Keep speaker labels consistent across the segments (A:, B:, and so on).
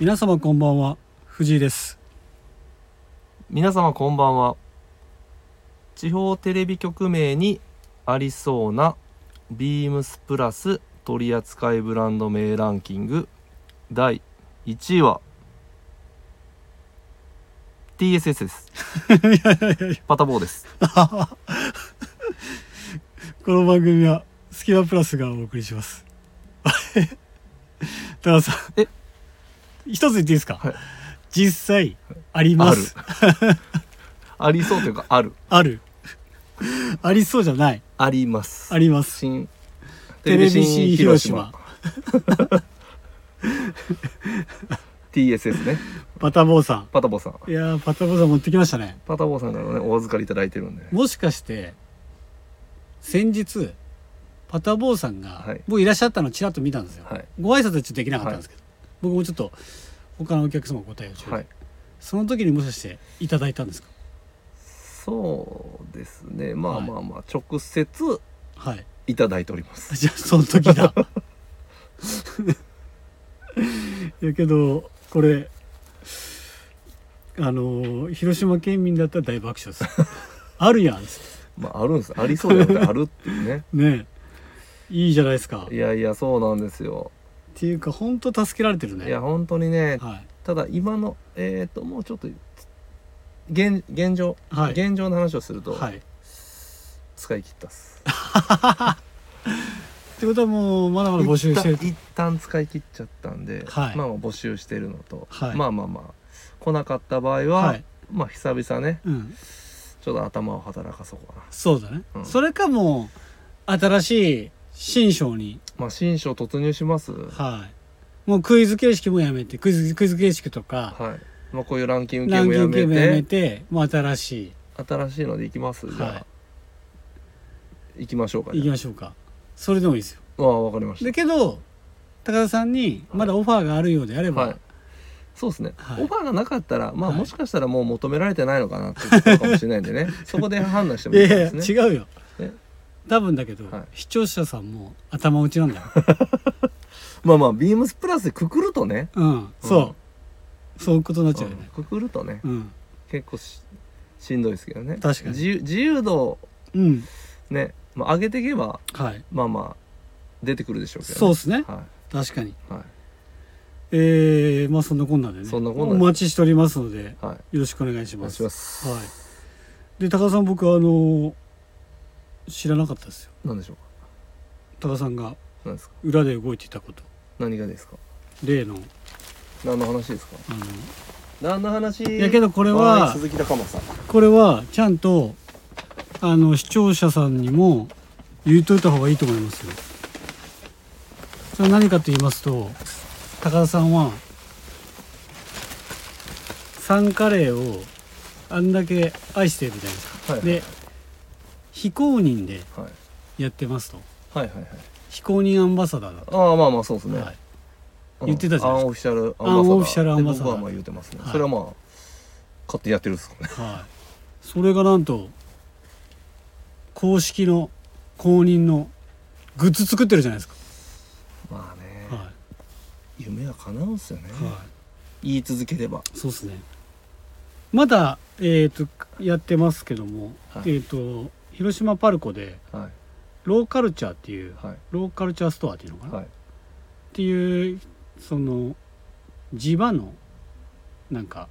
A: 皆様こんばんは藤井です
B: 皆様こんばんは地方テレビ局名にありそうなビームスプラス取扱いブランド名ランキング第1位は TSS ですパタボーです
A: この番組はスキマプラスがお送りします あれ高田さん
B: え
A: 一つ言っていいですか、
B: はい
A: 実際ありますある
B: ありそうというかある
A: ありそうじゃない
B: あります
A: あります
B: 新
A: テレビ新広島
B: TSS ね
A: パタボーさ
B: パタボーさ
A: ん
B: ん
A: いやーパタボーさん持ってきましたね
B: パタボーさんからねお預かりいただいてるんで
A: もしかして先日パタボーさんが、
B: はい
A: 僕いらっしゃったのちらっと見たんですよ、
B: はい
A: ご挨拶はちょっとできなかったんですけど、僕もちょっと他のお客様ご対応中で、
B: はい
A: その時にもしかしていただいたんですか
B: そうですねまあ
A: はい
B: まあまあ直接
A: はい
B: いただいております
A: じゃあその時だ いやけどこれあの広島県民だったら大爆笑です あるやんっつって
B: まああるんですありそうじゃなくてあるっていう ね
A: ねえいいじゃないですか
B: いやいやそうなんですよ
A: っていうか本当助けられてるね
B: いや本当にね
A: はい
B: ただ今のえっ、ともうちょっと現現状、
A: はい
B: 現状の話をすると、
A: はい
B: 使い切った っす
A: ってことはもうまだまだ募集してる
B: 一旦一旦使い切っちゃったんで、
A: はい
B: まあまあ募集してるのと、
A: はい
B: まあまあまあ来なかった場合は、
A: はい
B: まあ久々ね
A: うん
B: ちょっと頭を働かそうかな
A: そうだね、
B: うん
A: それかもう新しい新章に
B: まあ新章突入しますは
A: はいもうクイズ形式もやめてクイズクイズ形式とか、
B: い、まあ、こういうランキング
A: ラ
B: 系
A: ン
B: も
A: キ
B: や
A: ング系
B: め
A: もやめ
B: て
A: てもう新し
B: 新しいのでいきますじゃあ、、
A: はい
B: 行きましょうか
A: いいき
B: ね
A: ましょうかそれでもいいですよ
B: ああわかりまし
A: だけど高田さんにまだオファーがあるようであれ
B: た
A: ば、
B: はいそうですね、
A: はい
B: オファーがなかったらまあ
A: はい
B: もしかしたらもう求められてないのかなってことかもしれないん でねそこで判断しても
A: い
B: いい
A: やい
B: で
A: や
B: すね
A: 違うよ
B: え
A: 多分だけど、
B: はい
A: 視聴者さんも頭打ち なんだよ
B: まあまあビームスプラスでくくるとね
A: うんそう、そういうことになっちゃうよ
B: うん
A: ね
B: くくるとね
A: うん
B: 結構ししんどいですけどね
A: 確かに
B: 自由自由度を
A: うん、
B: ね、まあ、上げていけば
A: はい
B: まあまあ出てくるでしょうけど、ね、
A: そうですね
B: は
A: 確かに
B: いは
A: えー、まあそんなこんなでね
B: そんなこんな
A: お
B: で
A: 待ちしておりますので
B: いはい
A: よろしくお願いし
B: お
A: ま
B: 願い
A: す
B: します
A: はいで高田さん僕あの知らなかったですよ
B: 何でしょうか
A: 高田さんが
B: 何ですか
A: 裏で動いていたこと
B: 何がですか
A: 例の
B: 何の話ですか
A: あの
B: 何の話
A: いやけどこれ
B: い
A: は
B: 鈴木高間さん
A: これはちゃんとあの視聴者さんにも言っといた方がいいと思いますよそれは何かと言いますと高田さんはサンカレーをあんだけ愛してるじゃないですか、
B: はい
A: で非公認で
B: はい
A: やってますと
B: はいはいはい
A: 非公認アンバサダーだと、
B: ああまあまあそうですね、
A: はい
B: うん
A: 言ってたじゃない
B: ア
A: ですか
B: ンオフィシャル
A: アンオフィシャルアンバサダー
B: で僕はまあ言ってますね、
A: はい
B: それはまあ勝手にやってるんですかね
A: はい、それがなんと公式の公認のグッズ作ってるじゃないですか、
B: まあね、
A: は
B: 夢は叶うんすよね、
A: いは
B: 言い続ければ
A: い、そうですねまだ、えー、とやってますけども、
B: はい
A: えっ、と広島パルコで
B: はい
A: ローカルチャーっていう
B: はい
A: ローカルチャーストアっていうのかな、
B: はい
A: っていうその地場のなんか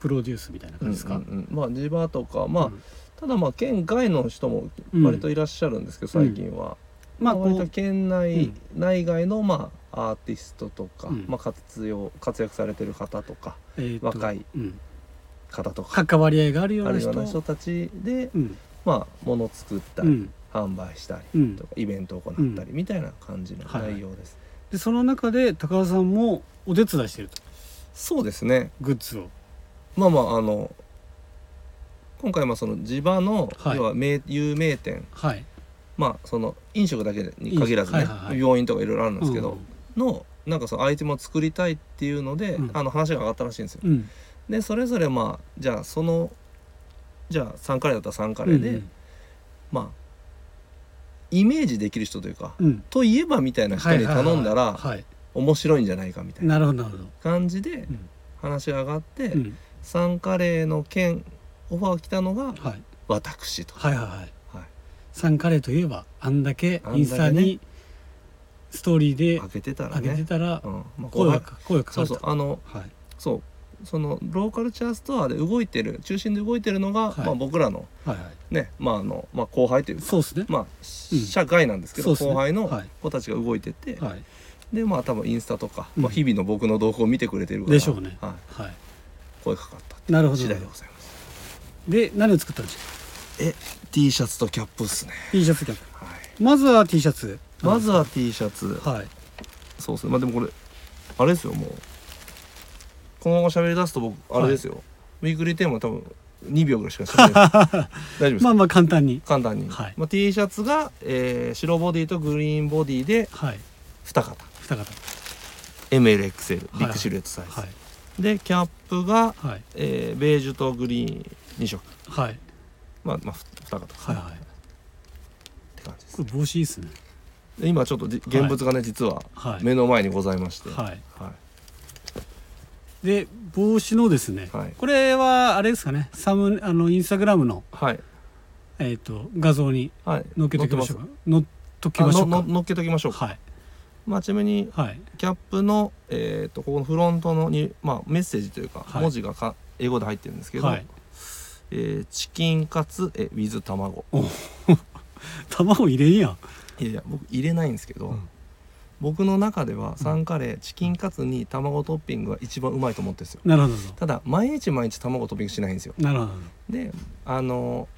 A: プロデュースみたいな感じですか、
B: うんうんうんまあ地場とかまあ、
A: うん
B: ただまあ県外の人も
A: うん
B: 割といらっしゃるんですけど、最近は、
A: まあ
B: ま
A: こ
B: あ割と
A: う
B: 県内、
A: うん
B: 内外のまあアーティストとか、
A: うん
B: まあ活用活躍されてる方とか
A: えーと
B: 若い
A: うん、
B: 方とか
A: 関わり合いがあるよう
B: あ
A: な
B: る
A: 人
B: ような人たちで、
A: うん
B: まあ物作った
A: う
B: り、
A: ん、
B: 販売した
A: う
B: り
A: ん
B: とか、イベントを行ったりみたいな感じの
A: はいはい
B: 内容です、
A: でその中で高田さんもお手伝いしてると
B: そうですね
A: グッズを
B: まあまああの今回もその地場の、
A: はい
B: 要は名有名店
A: はい
B: まあその飲食だけに限らずね、
A: 飲食はいはいはい
B: 病院とかいろいろあるんですけど、
A: うん
B: のなんかそのアイテムを作りたいっていうので、
A: うん
B: あの話が上がったらしいんですよ。
A: うん
B: でそれぞれまあじゃあそのじゃあサンカレーだったらサンカレーで、
A: うん
B: まあイメージできる人というか、
A: うん
B: といえばみたいな人に頼んだら、
A: はい
B: 面白いんじゃないかみたい
A: な
B: な
A: るほどなるほど、
B: 感じで
A: うん
B: 話が上がって、
A: うん
B: サンカレーの件オファー来たのが
A: はい、
B: 私と、
A: はいはいはい
B: はい
A: サンカレーといえばあんだけ
B: あんだけね
A: インスタにストーリーで
B: 開けてたら
A: 上げて
B: ね、
A: たら
B: うんまあ、
A: 声が
B: こ
A: か声が
B: う
A: か
B: そ
A: か
B: う
A: る
B: そう
A: と
B: あの
A: はい
B: そうそのローカルチャーストアで動いてる中心で動いてるのが、
A: はい
B: まあ、僕らの
A: はいはい
B: ね、まああのまあ、後輩というか
A: そうですね
B: まあ、社外なんですけど、
A: そうっすね
B: 後輩の
A: はい
B: 子たちが動いてて、
A: はい
B: でまあ多分インスタとか、
A: うん
B: まあ、日々の僕の動向を見てくれてるから
A: でしょうね
B: は
A: はい
B: い、声かかったって
A: なるほど
B: 次
A: なるほ
B: 第で
A: ど
B: ございます
A: で何を作ったんですか
B: え T シャツとキャップっすね、
A: T シャツキャンプ
B: はい、
A: まずは T シャツ
B: まずは T シャツ
A: はい
B: そうですねまあでもこれあれですよもうこのまま喋り出すと僕あれですよ、ウィークリーテーマ多分2秒ぐらいしか喋れない 大丈夫ですか、
A: まあまあ簡単に
B: 簡単に、
A: はい
B: まあ、T シャツが、えー白ボディとグリーンボディで
A: はい
B: 2型
A: 二方
B: MLXL ビ
A: はい
B: ッグシルエットサイズ、
A: はい
B: でキャップが、
A: はい
B: えーベージュとグリーン2色
A: はい
B: まあまあ2型です
A: は
B: ね
A: いはい
B: って感じです
A: これ帽子いいですね
B: で今ちょっとじ現物がね、実は
A: はい
B: 目の前にございましてはい、
A: はいで帽子のですね、
B: はい
A: これはあれですかねサムあのインスタグラムの、
B: はい
A: えー、と画像に
B: はい
A: 載っけておきましょうか載っとき
B: あ
A: ましょ
B: の
A: う
B: の
A: か
B: 乗っけときましょうか、
A: はい
B: まあ、ちなみに
A: はい
B: キャップの、えー、とここのフロントのに、まあ、メッセージというか、
A: はい
B: 文字がか英語で入ってるんですけど、
A: はい
B: えーチキンカツえ with 卵
A: 卵入れんやん
B: いやいや僕入れないんですけど、
A: うん
B: 僕の中ではサンカレー、チキンカツに卵トッピングが一番うまいと思ってるんですよ
A: なるほど
B: ただ毎日毎日卵トッピングしないんですよ
A: なるほど
B: であの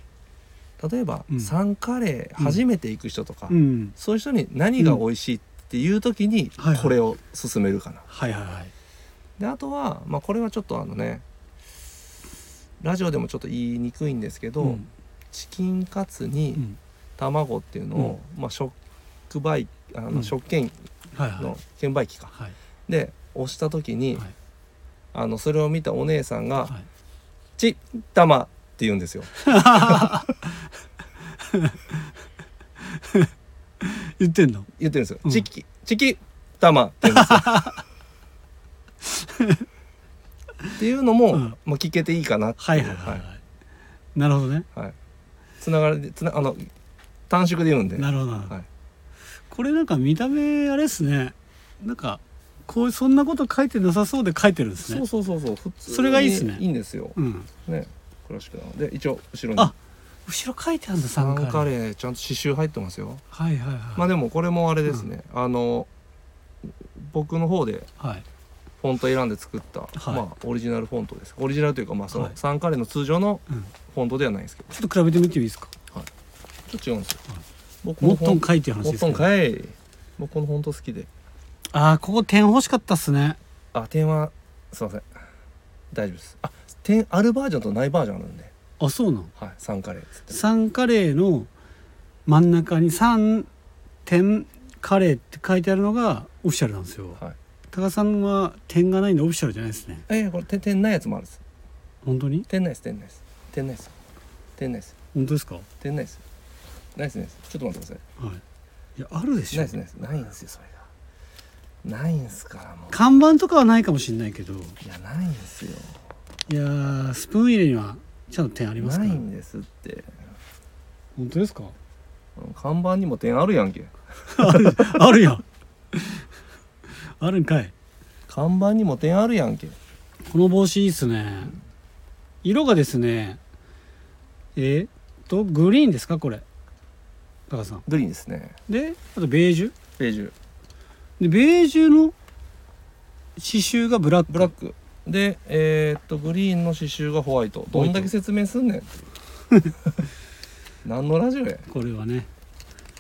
B: 例えば、
A: うん
B: サンカレー初めて行く人とか、
A: うん
B: そういう人に何が美味しいっていう時
A: う
B: に
A: んはいはい
B: これを勧めるかな、
A: はいはいはい
B: であとは、まあ、これはちょっとあのねラジオでもちょっと言いにくいんですけど、
A: うん
B: チキンカツ
A: う
B: に
A: ん
B: 卵っていうのを、まあ、食売あの、
A: うん
B: 食券
A: はいはい
B: の券売機か、
A: はい
B: で押した時に、
A: はい
B: あのそれを見たお姉さんが
A: はい
B: 「ちったま」って言うんですよ。
A: 言ってんの
B: 言ってるんですよ。
A: うん
B: チキチキたまって言うんですよ。っていうのも、
A: うん
B: まあ、聞けていいかなって
A: はいいうはいはいはいなるほどね
B: はいつながりでつなあの短縮で言うんで。
A: なるほどなるほど
B: はい
A: これなんか見た目あれですねなんかこうそんなこと書いてなさそうで書いてるんですね
B: そうそうそうそう普通に
A: それがいいっすね
B: いいんですよ。
A: うん
B: ねクラシックなので一応後ろに
A: あ後ろ書いてあるんだ
B: サ
A: サ
B: ン
A: ン
B: カ
A: カレー
B: レーちゃんと刺繍入ってますよ。
A: はいはいはい、
B: まあでもこれもあれですね。あの僕の方で
A: はい
B: フォント選んで作った、
A: はい
B: まあオリジナルフォントです。オリジナルというかまあその、
A: はい
B: サンカレーの通常の
A: うん
B: フォントではないんですけど
A: ちょっと比べてみてもいいですか
B: ちょっと違うんですよ。僕
A: も
B: の
A: っ
B: フ
A: と
B: ォン
A: ん
B: ト
A: かいっていう話
B: モ
A: です
B: ット
A: け
B: ン
A: どあ
B: かい僕このフォント好きで
A: あーここ点欲しかったっすね
B: あ点はすいません大丈夫ですあ点あるバージョンとないバージョンあるんで
A: あそうなの
B: はいサンカレーっつって
A: サンカレーの真ん中に「3点カレー」って書いてあるのがオフィシャルなんですよ
B: はい
A: 高田さんは点がないんでオフィシャルじゃないですね
B: えこれ点点ないやつもあるんです
A: 本当に
B: 点ないです点ないです点ないです点ないです
A: 本当ですかは
B: 点ないですないですないですちょっと待ってくださ
A: いいやあるで
B: い
A: し
B: な
A: ょ
B: いですないですないんですよそれがないんですからもう
A: 看板とかはないかもしれないけど
B: いやないんですよ
A: いやースプーン入れにはちゃんと点あります
B: な
A: か
B: い
A: ら
B: んですって
A: 本当ですか
B: うん看板にも点あるやんけ
A: ある あるやん あるんかい
B: 看板にも点あるやんけ
A: この帽子いいっすね色がですねえーっとグリーンですかこれ高田さん
B: グリーンですね
A: であとベージュ
B: ベージュ
A: でベージュの刺繍がブラック
B: ブラックでえーっとグリーンの刺繍がホワイトどんだけ説明すんねんっていう何のラジオや
A: これはね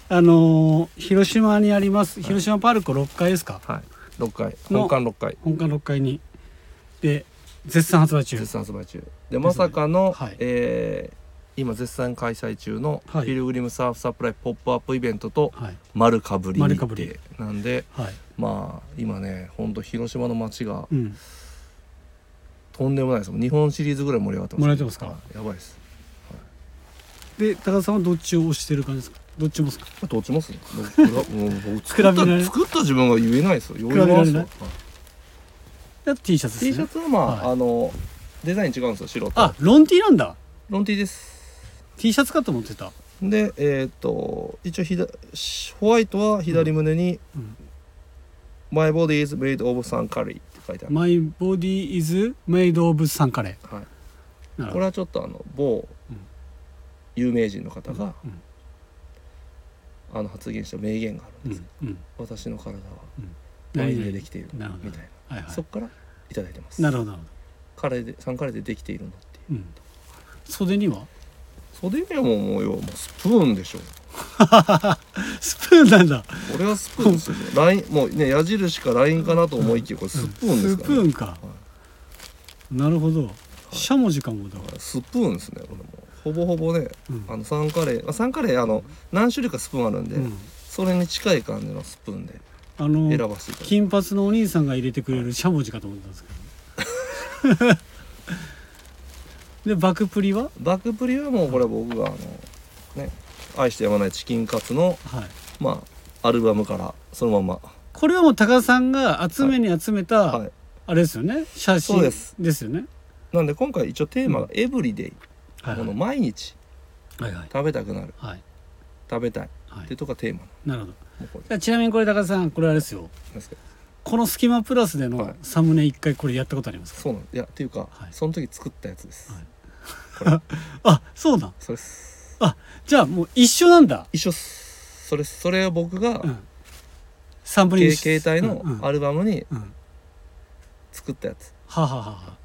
A: あのー広島にあります広島パルコ6階ですか、
B: はい6回
A: の
B: 本館6回
A: 本館6階にで絶賛発売中
B: 絶賛発売中でまさかの、
A: はい
B: えー今絶賛開催中の
A: は
B: ピ
A: い
B: ルグリムサーフサプライポップアップイベントと
A: はい
B: 丸かぶり日
A: 丸
B: 程
A: かぶり
B: なんで
A: はい
B: まあ今ねほんと広島の街が
A: うん
B: とんでもないですもう日本シリーズぐらい盛り上がってます
A: 盛り上がってますか
B: はいやばいです
A: で高田さんはどっちを推してる感じですかどっちもですか
B: これどっちますね僕らもう僕
A: 比べ
B: 作っ
A: られ
B: た
A: ない
B: 作った自分が言えないですよ
A: 比べられない
B: 余裕なんですよ
A: であと T シャツ
B: T
A: です
B: シャ
A: ね
B: ツはまあ、
A: はい
B: あのデザイン違うんですよ白と
A: あロン T なんだ
B: ロン T です
A: T シャツかと思ってた、
B: でえーっと一応左ホワイトは左胸に
A: うん
B: 「My body is made of sun curry」って書いてある、
A: My body is made of サンカレ
B: はい、
A: ーなるほ
B: これ
A: ど
B: はちょっとあの某
A: うん
B: 有名人の方が、
A: うん
B: あの発言した名言があるん
A: う
B: です、
A: んうん
B: 私の体はワ
A: 何
B: インで
A: 々
B: できているみ
A: なるほど
B: たいな
A: はいは
B: そっからいただいてます
A: いなるほどなるほ
B: カレーで3カレーでできているのって
A: ど、
B: いう
A: うん、袖には
B: 袖にはもうもうよもうスプーンでしょ
A: スプーンなんだ
B: これはスプーンですよねラインもうね矢印かラインかなと思いきやこれスプーンです
A: ス
B: か
A: プ
B: ら、
A: ー
B: ね
A: ンか、なるほど、しゃもじかもだわ
B: スプーンですねこれもほぼほぼね
A: うん
B: あのサンカレー、まあ、サンカレーあの何種類かスプーンあるんで、
A: うん
B: それに近い感じのスプーンで
A: あ
B: 選
A: の
B: ばせていただいて、
A: 金髪のお兄さんが入れてくれるしゃもじかと思ったんですけ どでバクプリは
B: バックプリはもうこれは僕があのね愛してやまないチキンカツの
A: はい
B: まあアルバムからそのま
A: これはもう高田さんが集めに集めた、
B: まはい
A: あれですよね写真
B: そうです
A: よね
B: なんで今回一応テーマが「エブリデイ」
A: はい
B: こ
A: はい
B: の毎日
A: はいはい
B: 食べたくなる
A: はい
B: 食べたい
A: は
B: っ
A: い
B: てとこがテーマな
A: なるほど
B: のもうこれ
A: じゃあちなみにこれ高田さんこれあれですよ
B: なんですけど
A: この「スキマプラス」で
B: は
A: の
B: い
A: サムネ一回これやったことありますか、
B: そうなんいやっていうか、
A: はい
B: その時作ったやつです、
A: はい
B: これ
A: あそうなん
B: それっす
A: じゃあもう一緒なんだ、
B: 一緒っすそれっすそれを僕が、
A: うん、サンプリン
B: け
A: グ
B: 携帯の
A: うんうん
B: アルバムに
A: うんは
B: 作ったやつ、
A: あはあはあは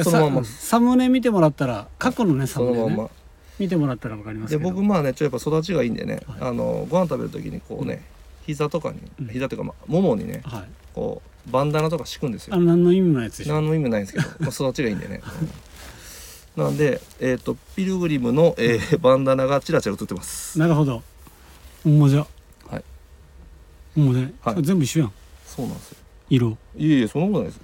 A: あ
B: そのまんま
A: さうんサムネ見てもらったら過去のねサ
B: そ
A: ム
B: の
A: ネ、ね
B: まんま
A: 見てもらったらわかります
B: で
A: けど
B: 僕まあねちょっとやっぱ育ちがいいんでね、
A: は
B: あのご飯食べる時にこうね膝とかに、
A: うん
B: 膝というか、まあ、ももにね
A: はい
B: こうバンダナとか敷くんです
A: あ
B: よ
A: の何の意味もないやつでしょ
B: 何の意味ないんです けど、まあ、育ちがいいんでね、うんなんで、えー、とピルグリムの、えーバンダナがチラチラ映ってます
A: なるほどほんまじゃ
B: はい
A: もうね、
B: はい
A: 全部一緒やん
B: そうなんですよ
A: 色
B: いえいえそんなことないですよ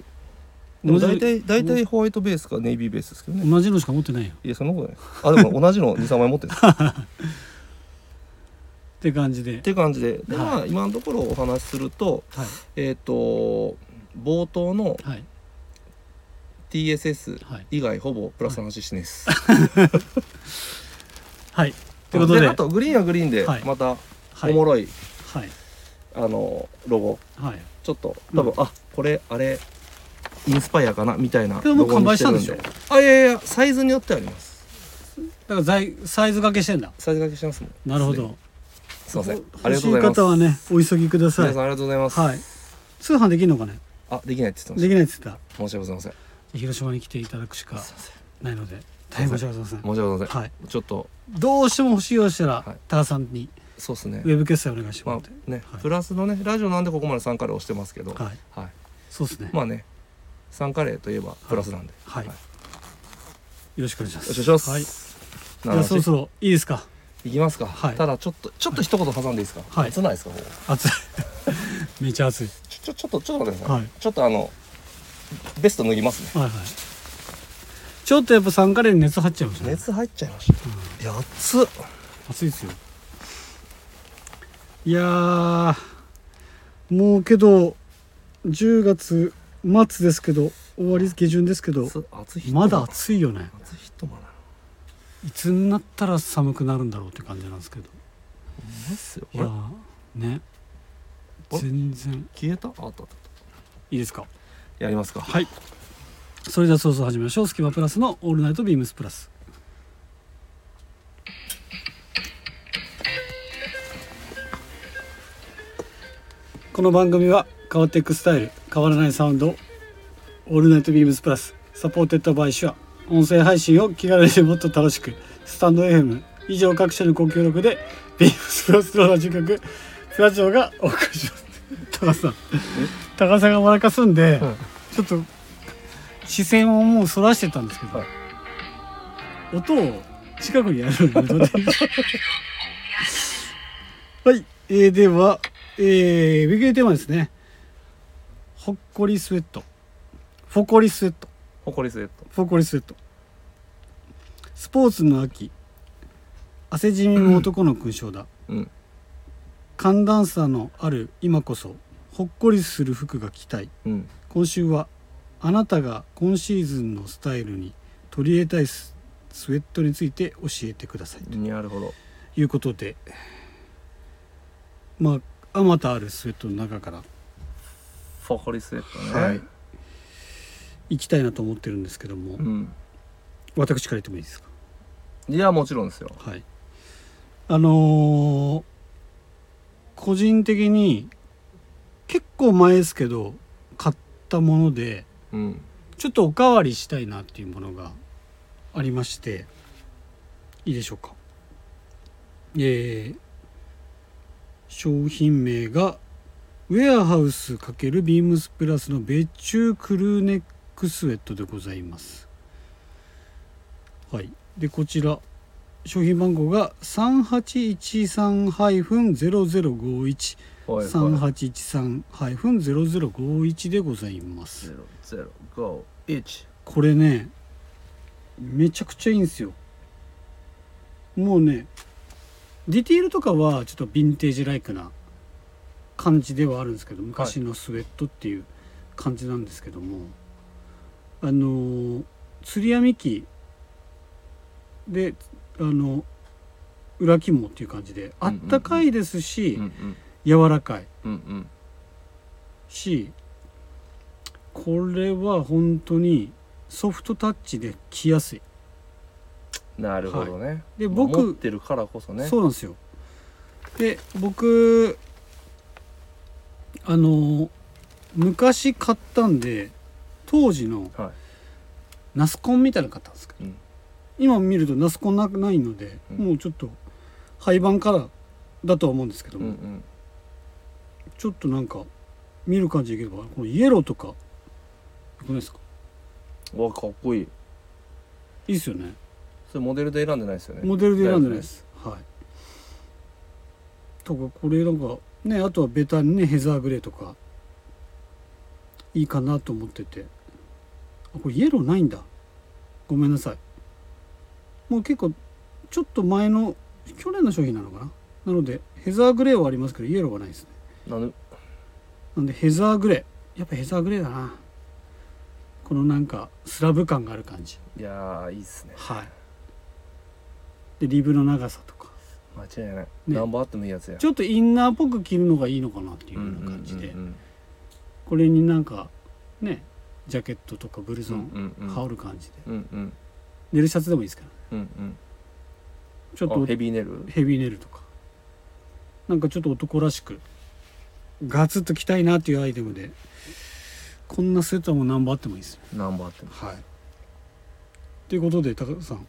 B: でも大体大体ホワイトベースかネイビーベースですけどね
A: 同じのしか持ってないよ
B: いやそんなことないですあでも同じの23枚持ってるんです
A: って感じで
B: っていう感じでで、ま
A: は
B: あ、今のところお話しすると
A: はい
B: えっ、と冒頭の
A: はい
B: TSS
A: はい
B: 以外ほぼプラスの話してないです。
A: はいってことで
B: あとグリーンはグリーンで
A: はい
B: また
A: は
B: お
A: い
B: もろい、
A: はい
B: あのロゴ
A: はい
B: ちょっと多分、あこれあれインスパイアかなみたいな
A: けどもう
B: ロゴにてる
A: 完売したんで
B: あいやいやサイズによってあります
A: だからざいサイズ掛けしてんだ
B: サイズ掛けしてますもん
A: なるほ
B: す
A: ど
B: ですいませんあ
A: 欲
B: りが
A: し
B: とう
A: い
B: ございます
A: 方はねお急ぎくださ
B: 皆
A: い
B: さんありがとうございます、
A: はい通販できるのかね
B: あできないって言ってま
A: で
B: し
A: きないって言ってた
B: た申し訳ございません
A: 広島に来ていただくしか
B: すいません
A: ないので大変申し訳ございま
B: 申し訳ございませ
A: せ
B: ん、
A: んはい
B: ちょっと
A: どうしても欲しいようでしたら
B: はい
A: 高田さんに
B: そうですね
A: ウェブ決済お願いしてもら
B: ま
A: って
B: あね、
A: はい
B: プラスのねラジオなんでここまで3カレー押してますけど、
A: はい
B: はい、
A: そうですね
B: まあね3カレーといえばプラスなんで、
A: はいよ
B: はい
A: ろしくお願いしま
B: お
A: す
B: 願いします、
A: はいじ
B: な
A: ゃあ
B: あ
A: そろそろいいですか
B: いきますか、
A: はい
B: ただちょっとちょっと一言挟んでいいですか、
A: はい
B: 熱ないですかここ
A: 暑いめっちゃ暑い
B: ちょちょちょっとちょっと待ってください、
A: はい
B: ちょっとあのベスト脱ぎますね
A: はいはいちょっとやっぱ酸化レに熱入っちゃいますね
B: 熱入っちゃいました、いや熱っ
A: 暑いですよいやーもうけど10月末ですけど終わり下旬ですけど
B: 熱熱い
A: まだ暑いよね
B: 熱い人もない
A: つになったら寒くなるんだろうって感じなんですけど
B: いますよ
A: い
B: あ
A: や
B: れ
A: ーね
B: あれ
A: 全然
B: 消えたああったあった
A: いいですか
B: やりますか
A: はいそれでは早々始めましょう「スキマプラス」の「オールナイトビームスプラス」この番組は変わっていくスタイル変わらないサウンドをオールナイトビームスプラスサポーテッドバイシュア音声配信を気軽にもっと楽しくスタンド FM 以上各社のご協力でビームスプラスのラジオ局プラジオがお送りします高さん高さんが笑かすんで、
B: はい
A: ちょっと視線をもうそらしてたんですけど、
B: はい
A: 音を近くにやるのに はい、えー、では、えー、ウィークリーテーマですねほっこりスウェットほこりスウェット
B: ほこりスウェット
A: フォーコリスウェットスポーツの秋汗じみも男の勲章だ、
B: うん
A: 寒暖差のある今こそほっこりする服が着たい
B: うん
A: 今週はあなたが今シーズンのスタイルに取り入れたいススウェットについて教えてくださいと
B: なるほど
A: いうことでまああまたあるスウェットの中から
B: フォーホリスウェットね
A: はい行きたいなと思ってるんですけども、
B: うん
A: 私から言ってもいいですか
B: いやもちろんですよ
A: はいあのー個人的に結構前ですけど買ったもので
B: うん
A: ちょっとおかわりしたいなっていうものがありましていいでしょうかえー商品名がウェアハウス×ビームスプラスの別注クルーネックスウェットでございますはいでこちら商品番号が3813-0051
B: おいおい
A: 3813-0051でございます
B: ゼロゼロ五一
A: これねめちゃくちゃいいんですよもうねディティールとかはちょっとヴィンテージライクな感じではあるんですけど昔のスウェットっていう感じなんですけども、あのー釣り網機であの裏肝っていう感じで
B: うん
A: あ
B: う
A: っ
B: んうん
A: たかいですし、
B: うんうん
A: 柔らかい
B: うんうん
A: しこれは本当にソフトタッチで着やすい
B: なるほどね
A: で
B: 持っ
A: 僕
B: てるからこそね
A: そうなんですよで僕あの昔買ったんで当時の
B: は
A: ナスコンみたいなの買ったんですけど、
B: うん
A: 今見るとナスコンなないので、
B: うん
A: もうちょっと廃盤からだとは思うんですけど
B: いうん
A: も、
B: うん
A: ちょっとなんか見る感じでいけばこのイエローとかよくないですか
B: うわかっこいい
A: いいですよね
B: それモデルで選んでないですよね
A: モデルで選んでないです。はい。とかこれなんかねあとはベタにねヘザーグレーとかいいかなと思っててあこれイエローないんだごめんなさいもう結構ちょっと前の去年の商品なのかななのでヘザーグレーはありますけどイエローはないですね
B: なぬ
A: なんでヘザーグレーやっぱヘザーグレーだなこのなんかスラブ感がある感じ
B: いやーいいっすね
A: はいでリブの長さとか
B: 間違いない
A: ね
B: 何本あってもいいやつや
A: ちょっとインナーっぽく着るのがいいのかなっていうよ
B: うん
A: う
B: うん
A: な感じで、
B: うんうん
A: これになんかねジャケットとかブルゾン
B: うんうん
A: 羽織る感じで、
B: うんうん
A: 寝るシャツでもいいですから
B: うん
A: ちょっ
B: うんあ
A: と
B: ヘビーネル
A: ヘビーネルとかなんかちょっと男らしくガツッと着たいなっていうアイテムでこんなスウェットはもう何本あってもいいですよ
B: 何本あっても
A: はいということで高田さん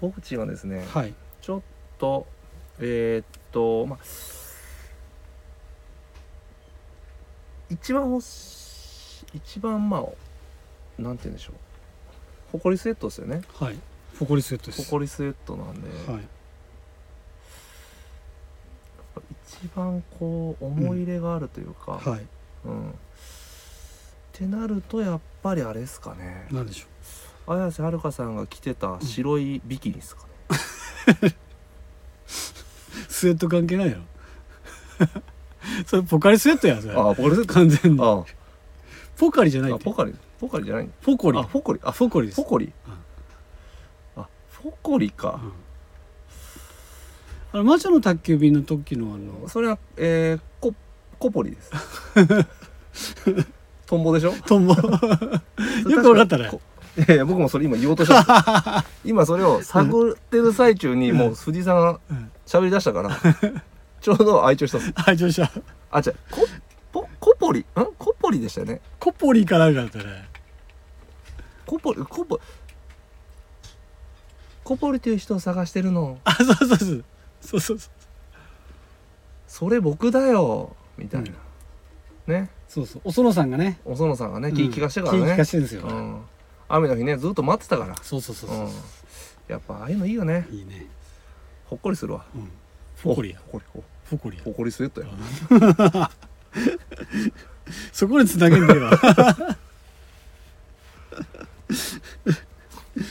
B: 僕ちはですね
A: はい
B: ちょっとえーっとまあ一番欲し一番まあなんて言うんでしょうホコリスウェットですよね
A: はいフォコリスウェットで
B: ホ
A: す
B: コリスウェットなんで、
A: はい
B: 一番こう思い入れがあるというか、
A: はい
B: うんってなるとやっぱりあれですかね
A: 何でしょ
B: 綾瀬はるかさんが着てた白いビキニですかね、
A: うスウェット関係ないよ それポカリスウェットやそれ
B: あポカリスウェット
A: 完全に
B: あ
A: ポカリじゃない
B: あ
A: って
B: ポカリポカリじゃない
A: フォコリ
B: あフォコリあフ
A: フォコリです
B: ォコリあフォコリか、
A: うんあの魔女の宅急便の時のあの
B: それはえー、ココポリ ですトンボでしょ
A: トンボ よくわかったね
B: こいやいや僕もそれ今言おうとし たんですよ今それを探ってる最中にもう藤井さんが
A: うん
B: 喋り出したから ちょうど愛聴したんです
A: はい乗車
B: あ違うコポコポリんコポリでしたよね
A: コポリかなんかだったね
B: コポリコポコポリという人を探してるの
A: あそうそうそうそうそうそう
B: それ僕だよみたいな、ね
A: そうそうお園さんがね
B: お園さんがね
A: うん
B: 気利かしてからね、
A: 気利かしてるんですよ、
B: うん、雨の日ねずっと待ってたから
A: そうそうそう
B: う
A: そ
B: ん、やっぱああいうのいいよね
A: ういいね、
B: ほっこりするわ
A: うん、フォコリや
B: ほっこり
A: フォコリや
B: ほっこりスウェットや
A: そ こにつなげんでは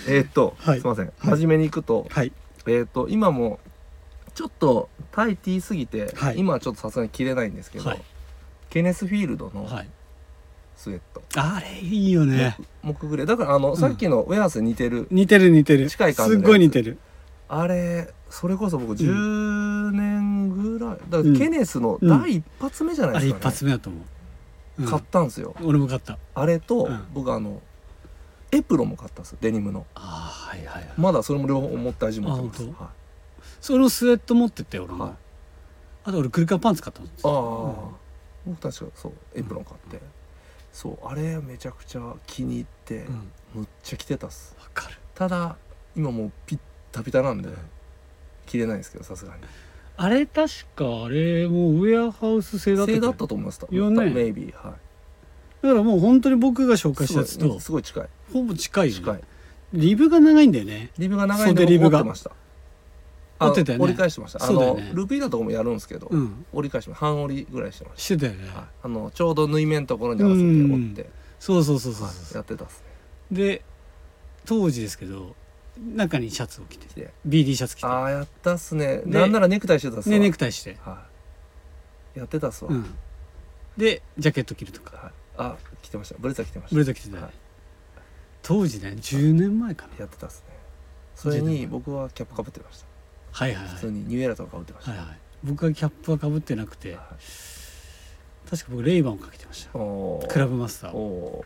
B: ええーっと、
A: はい
B: すいません
A: い
B: 真面目にいくと、
A: はい
B: えーっと今もちょっとタイティーすぎて、
A: はい
B: 今はちょっとさすがに着れないんですけど、
A: はい
B: ケネスフィールドの
A: はい
B: スウェット、
A: あれいいよね
B: 木グレーだからあの、
A: ん
B: さっきのウェアースに似てる
A: 似てる似てる
B: 近い感じの
A: す
B: や
A: っ
B: つ
A: ごい似てる
B: あれそれこそ僕10年ぐらい、だからケネスの
A: うん
B: 第一発目じゃな
A: あれ
B: いです
A: 一
B: かね、
A: 発目だと思う、うん
B: 買ったんですよ
A: 俺も買った
B: あれと、
A: うん
B: 僕あのエプロンも買ったんですよデニムの
A: ああはいはいはい
B: まだそれも両方持って味もってます、
A: あ
B: はい、
A: 本そのスウェット持ってって俺も、
B: はい
A: あと俺クリカンパンツ買ったんです
B: ああ、僕確かそうエプロン買って、そうあれめちゃくちゃ気に入って、
A: うんわ
B: むっちゃ着てたっす
A: かる
B: ただ今もうピッタピタなんで、着れないんですけどさすがに
A: あれ確かあれもうウェアハウス製だった
B: 正
A: け
B: だ
A: ど
B: ったと思います
A: よね
B: メイビーはい
A: だからもう本当に僕が紹介したやつ
B: すご
A: と
B: いすごい近い
A: ほぼ近いよね
B: 近い
A: リブが長いんだよね
B: リブが長いの
A: 袖リブ
B: を持
A: が
B: ってましたあ
A: 持ってたよね
B: 折り返してましたあ
A: そうだよ
B: の
A: ね
B: ルピーだとこもやるんですけど、
A: うん
B: 折り返してました半折りぐらいしてまし
A: してたよね、
B: た、はい、あのちょうど縫い目のところに合わせて折って、
A: そうそうそうそう
B: はい
A: そう、
B: やってたっすね
A: で当時ですけど中にシャツを着て
B: 着て
A: BD シャツ着て
B: ああやったっすね
A: で
B: なんならネクタイしてたっすわ
A: でネクタイして、
B: はいやってたっすわ、
A: うん、でジャケット着るとか
B: はい、あ着てましたブレザー着てました
A: ブレザー着てたよね、
B: はい
A: 当時ね10年前かな
B: やってたっすねそれに僕はキャップかぶってました
A: はいはいはい
B: 普通にニューエラとかかぶってました、
A: はいはい僕はキャップはかぶってなくて
B: はい
A: 確か僕レイバンをかけてました
B: おー
A: クラブマスター
B: お
A: を、はい
B: お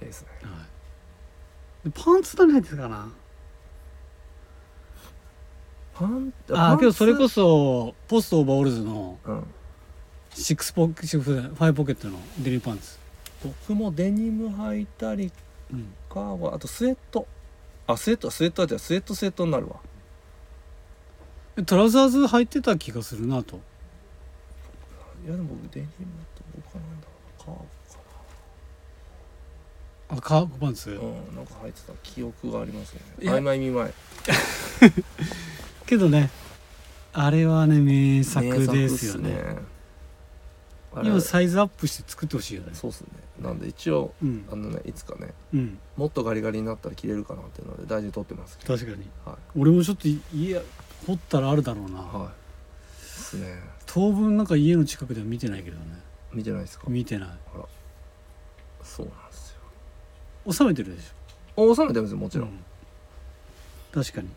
B: ーいいですね
A: でパンツだねってたかな
B: パン
A: ああーけどそれこ
B: そ、
A: そポストオーバーオールズの
B: うん、
A: シックスポシックスファイブポケットのデニムパンツ、
B: 僕もデニム履いたり
A: うん、
B: かはあとスウェットあスウェットスウェットじゃスウェットスウェットになるわ
A: でトラウザーズ履いてた気がするなと
B: いやでも僕デニムと僕はなんだろうな
A: あカーゴパンツ、
B: カーブかなうんなんか履いてた記憶がありますね
A: いや
B: 曖昧見舞い
A: けどねあれはね名作
B: 名作っ
A: ですよね
B: あれ
A: 今サイズアップして作ってほしいよね
B: そうっすねなんで一応
A: うん
B: あのねいつかね
A: うん
B: もっとガリガリになったら切れるかなっていうので大事に取ってますけど
A: 確かに
B: は
A: 俺もちょっとい家掘ったらあるだろうな、
B: いはいですね
A: 当分なんか家の近くでは見てないけどね
B: 見てないですか
A: 見てない
B: そうなんですよ
A: 収めてるでし
B: お収めてるんですよもち
A: ょ、
B: ろん、
A: うん確かに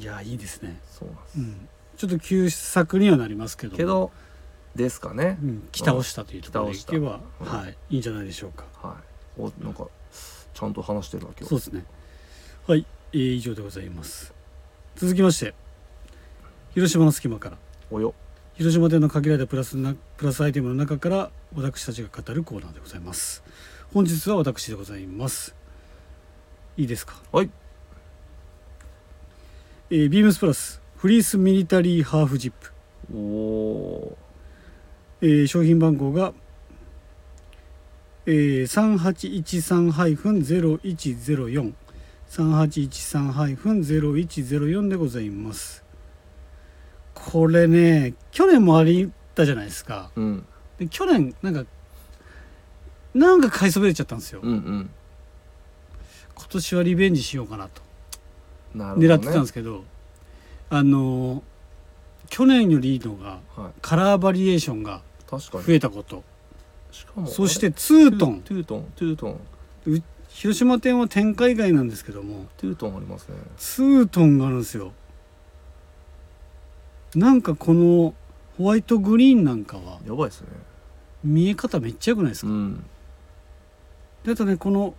A: いやいいですね
B: そうなんです
A: うんちょっと旧作にはなりますけど
B: けどですかね、
A: うん、北をしたというところでいけば、
B: うん
A: はいいいんじゃないでしょうか
B: はいおなんかちゃんと話してるわけ
A: そうですねはい、えー以上でございます続きまして広島の隙間から
B: およ
A: 広島での限られたプラスなプラスアイテムの中から私たちが語るコーナーでございます本日は私でございますいいですか
B: はい
A: えービームスプラスフリースミリタリーハーフジップ、
B: おお
A: えー商品番号が、えー、3813-0104 3813-0104でございますこれね去年もありだじゃないですか
B: うん
A: で去年なんかなんか買いそびれちゃったんですよ、
B: うんうん
A: 今年はリベンジしようかなと
B: なるほど、ね、
A: 狙ってたんですすけどあのー去年よりいいのが
B: はい
A: カラーバリエーションが
B: 確か
A: 増
B: に
A: えたこと
B: しかも
A: そし
B: あ
A: て
B: れ
A: 2トン
B: トゥートントゥートン
A: 広島店は展開外なんですけども
B: トゥートンありますね
A: 2トンがあるんですよなんかこのホワイトグリーンなんかは
B: やばいですね
A: 見え方めっちゃ良くないです
B: う
A: か、
B: ん
A: であとねこの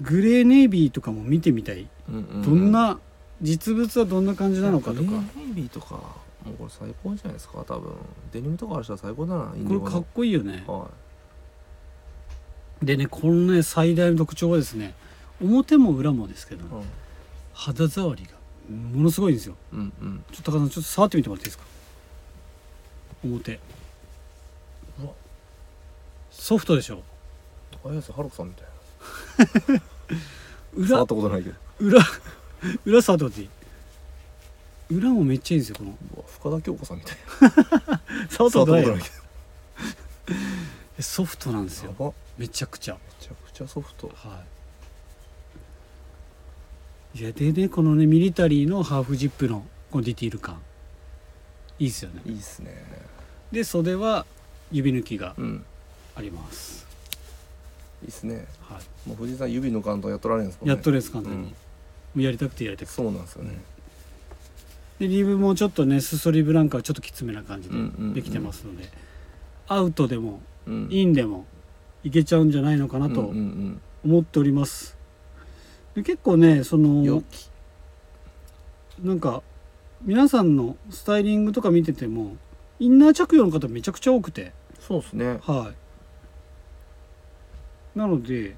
A: グレーネイビーとかも見てみたい
B: うんうんうん
A: どんな実物はどんな感じなのかと
B: い
A: か
B: やグレーネイビーとかもうこれ最高じゃないですか多分デニムとかある人は最高だなイン
A: こ
B: デ
A: れ
B: ィゴの
A: かっこいいよね
B: は
A: でねこのね最大の特徴はですね表も裏もですけど
B: い、うん
A: 肌触りがものすごいんですよ
B: うんうん
A: ちょっと高田さんちょっと触ってみてもらっていいですか表
B: うわ
A: ソフトでしょ
B: 綾瀬はるかさんみたいな触
A: 裏
B: ったことないけど
A: 裏 裏触ってもらっていい裏もめっちゃいいんですよこの
B: うわ深田恭子さんみたい
A: 触
B: な
A: ったことないよ
B: けど
A: ソフトなんです
B: や
A: よ
B: ばめ
A: めちゃくちゃ
B: ちゃくちゃソフト
A: はいやでねこのねミリタリーのハーフジップのこのディティール感いいですよね
B: いいっすね
A: で袖は指抜きが
B: うん
A: あります、
B: いいっすね
A: は
B: もう藤井さん指の感動やっとられるんですも
A: い、
B: んね
A: やっとるやつ簡単に、
B: うん
A: もうやりたくてやりたくて
B: そうなんですよね
A: でリブもちょっとね裾リブなんかはちょっときつめな感じで
B: うんうんうん
A: できてますので、アウトでも
B: うん
A: インでもいけちゃうんじゃないのかな
B: うん
A: と
B: うん
A: 思っております、で結構ねそ
B: うんよ
A: の
B: き
A: なんか皆さんのスタイリングとか見ててもインナー着用の方めちゃくちゃ多くて
B: そうですね
A: はいなので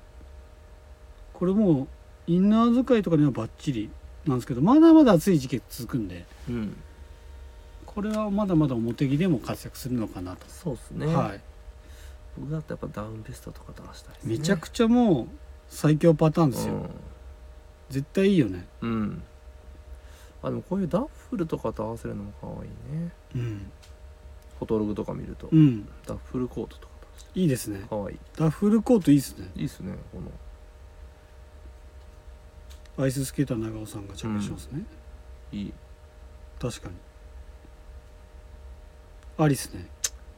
A: これもうインナー使いとかにはバッチリなんですけどまだまだ暑い時期が続くんで
B: うん
A: これはまだまだ表着でも活躍するのかなと、
B: そうですね
A: はい
B: 僕だとやっぱダウンベストとか出したいですね
A: めちゃくちゃもう最強パターンですよ、絶対いいよね
B: うん、うんあでもこういうダッフルとかと合わせるのも可愛いね
A: うん、
B: フォトログとか見ると、
A: うん、
B: ダッフルコートとかとして
A: いいですね
B: 可愛い
A: ダッフルコートいいですね
B: いいっすねこの
A: アイススケーター長尾さんが着用しますね、
B: いい
A: 確かにありっすね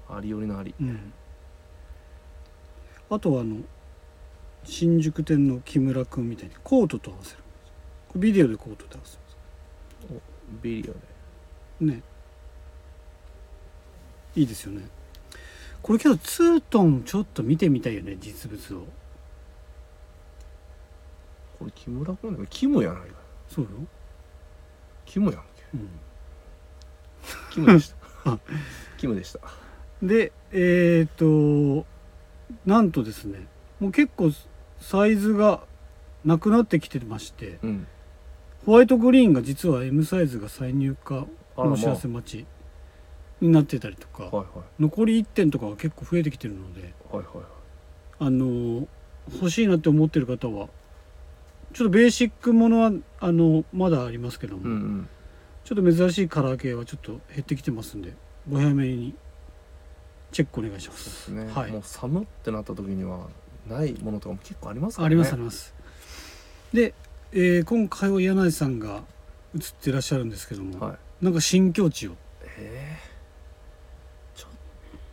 B: ありよりのあり
A: うんあとはあの新宿店の木村君みたいにコートと合わせるこれビデオでコートと合わせ
B: ビリオね
A: るねいいですよねこれけどツートンちょっと見てみたいよね実物を
B: これ木村君だけどキムやないか
A: そうよ、
B: キムやんけ
A: う
B: キムでした
A: あ
B: キムでした
A: ん、でえっ、となんとですねもう結構サイズがなくなってきてまして
B: うん
A: ホワイトグリーンが実は M サイズが再入荷
B: あらま
A: の
B: あ
A: お知らせ待ちになってたりとか、
B: はいは
A: 残り1点とかが結構増えてきてるので、
B: いはいはいはい
A: あのー欲しいなって思ってる方はちょっとベーシックものはあのまだありますけども、
B: うんうん
A: ちょっと珍しいカラー系はちょっと減ってきてますんでご早めにチェックお願いしま。
B: そうですすね、
A: はい
B: もう寒ってなった時にはないものとかも結構ありますからね
A: ありますあります。で、えー今回は柳井さんが映ってらっしゃるんですけども、
B: はい
A: なんか新境地を、
B: えー、ちょっ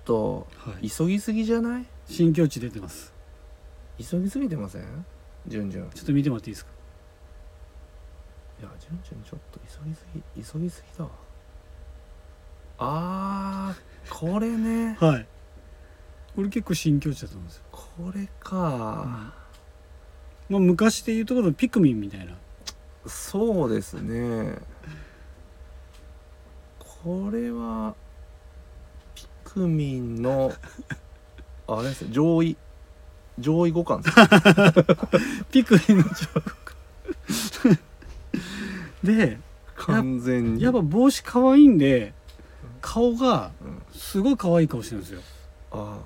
B: と
A: はい、
B: 急ぎすぎじゃない
A: 新境地出てます。
B: 急ぎすぎてませんじゅんじゅんいや
A: ちょっと見てもらっていいですか。
B: じゅんじゅんちょっと急ぎすぎ急ぎすぎだわあーこれね
A: はい。これ結構新境地だと思うんですよ。
B: これか、
A: まあ、昔でいうところのピクミンみたいな。
B: そうですねこれはピクミンのあれですね上位上位互換ですね
A: ピクミンの彫刻。 で、
B: 完全に
A: やっぱ帽子可愛いんで、顔が
B: うん
A: すごい可愛い顔してるんですよ。
B: あ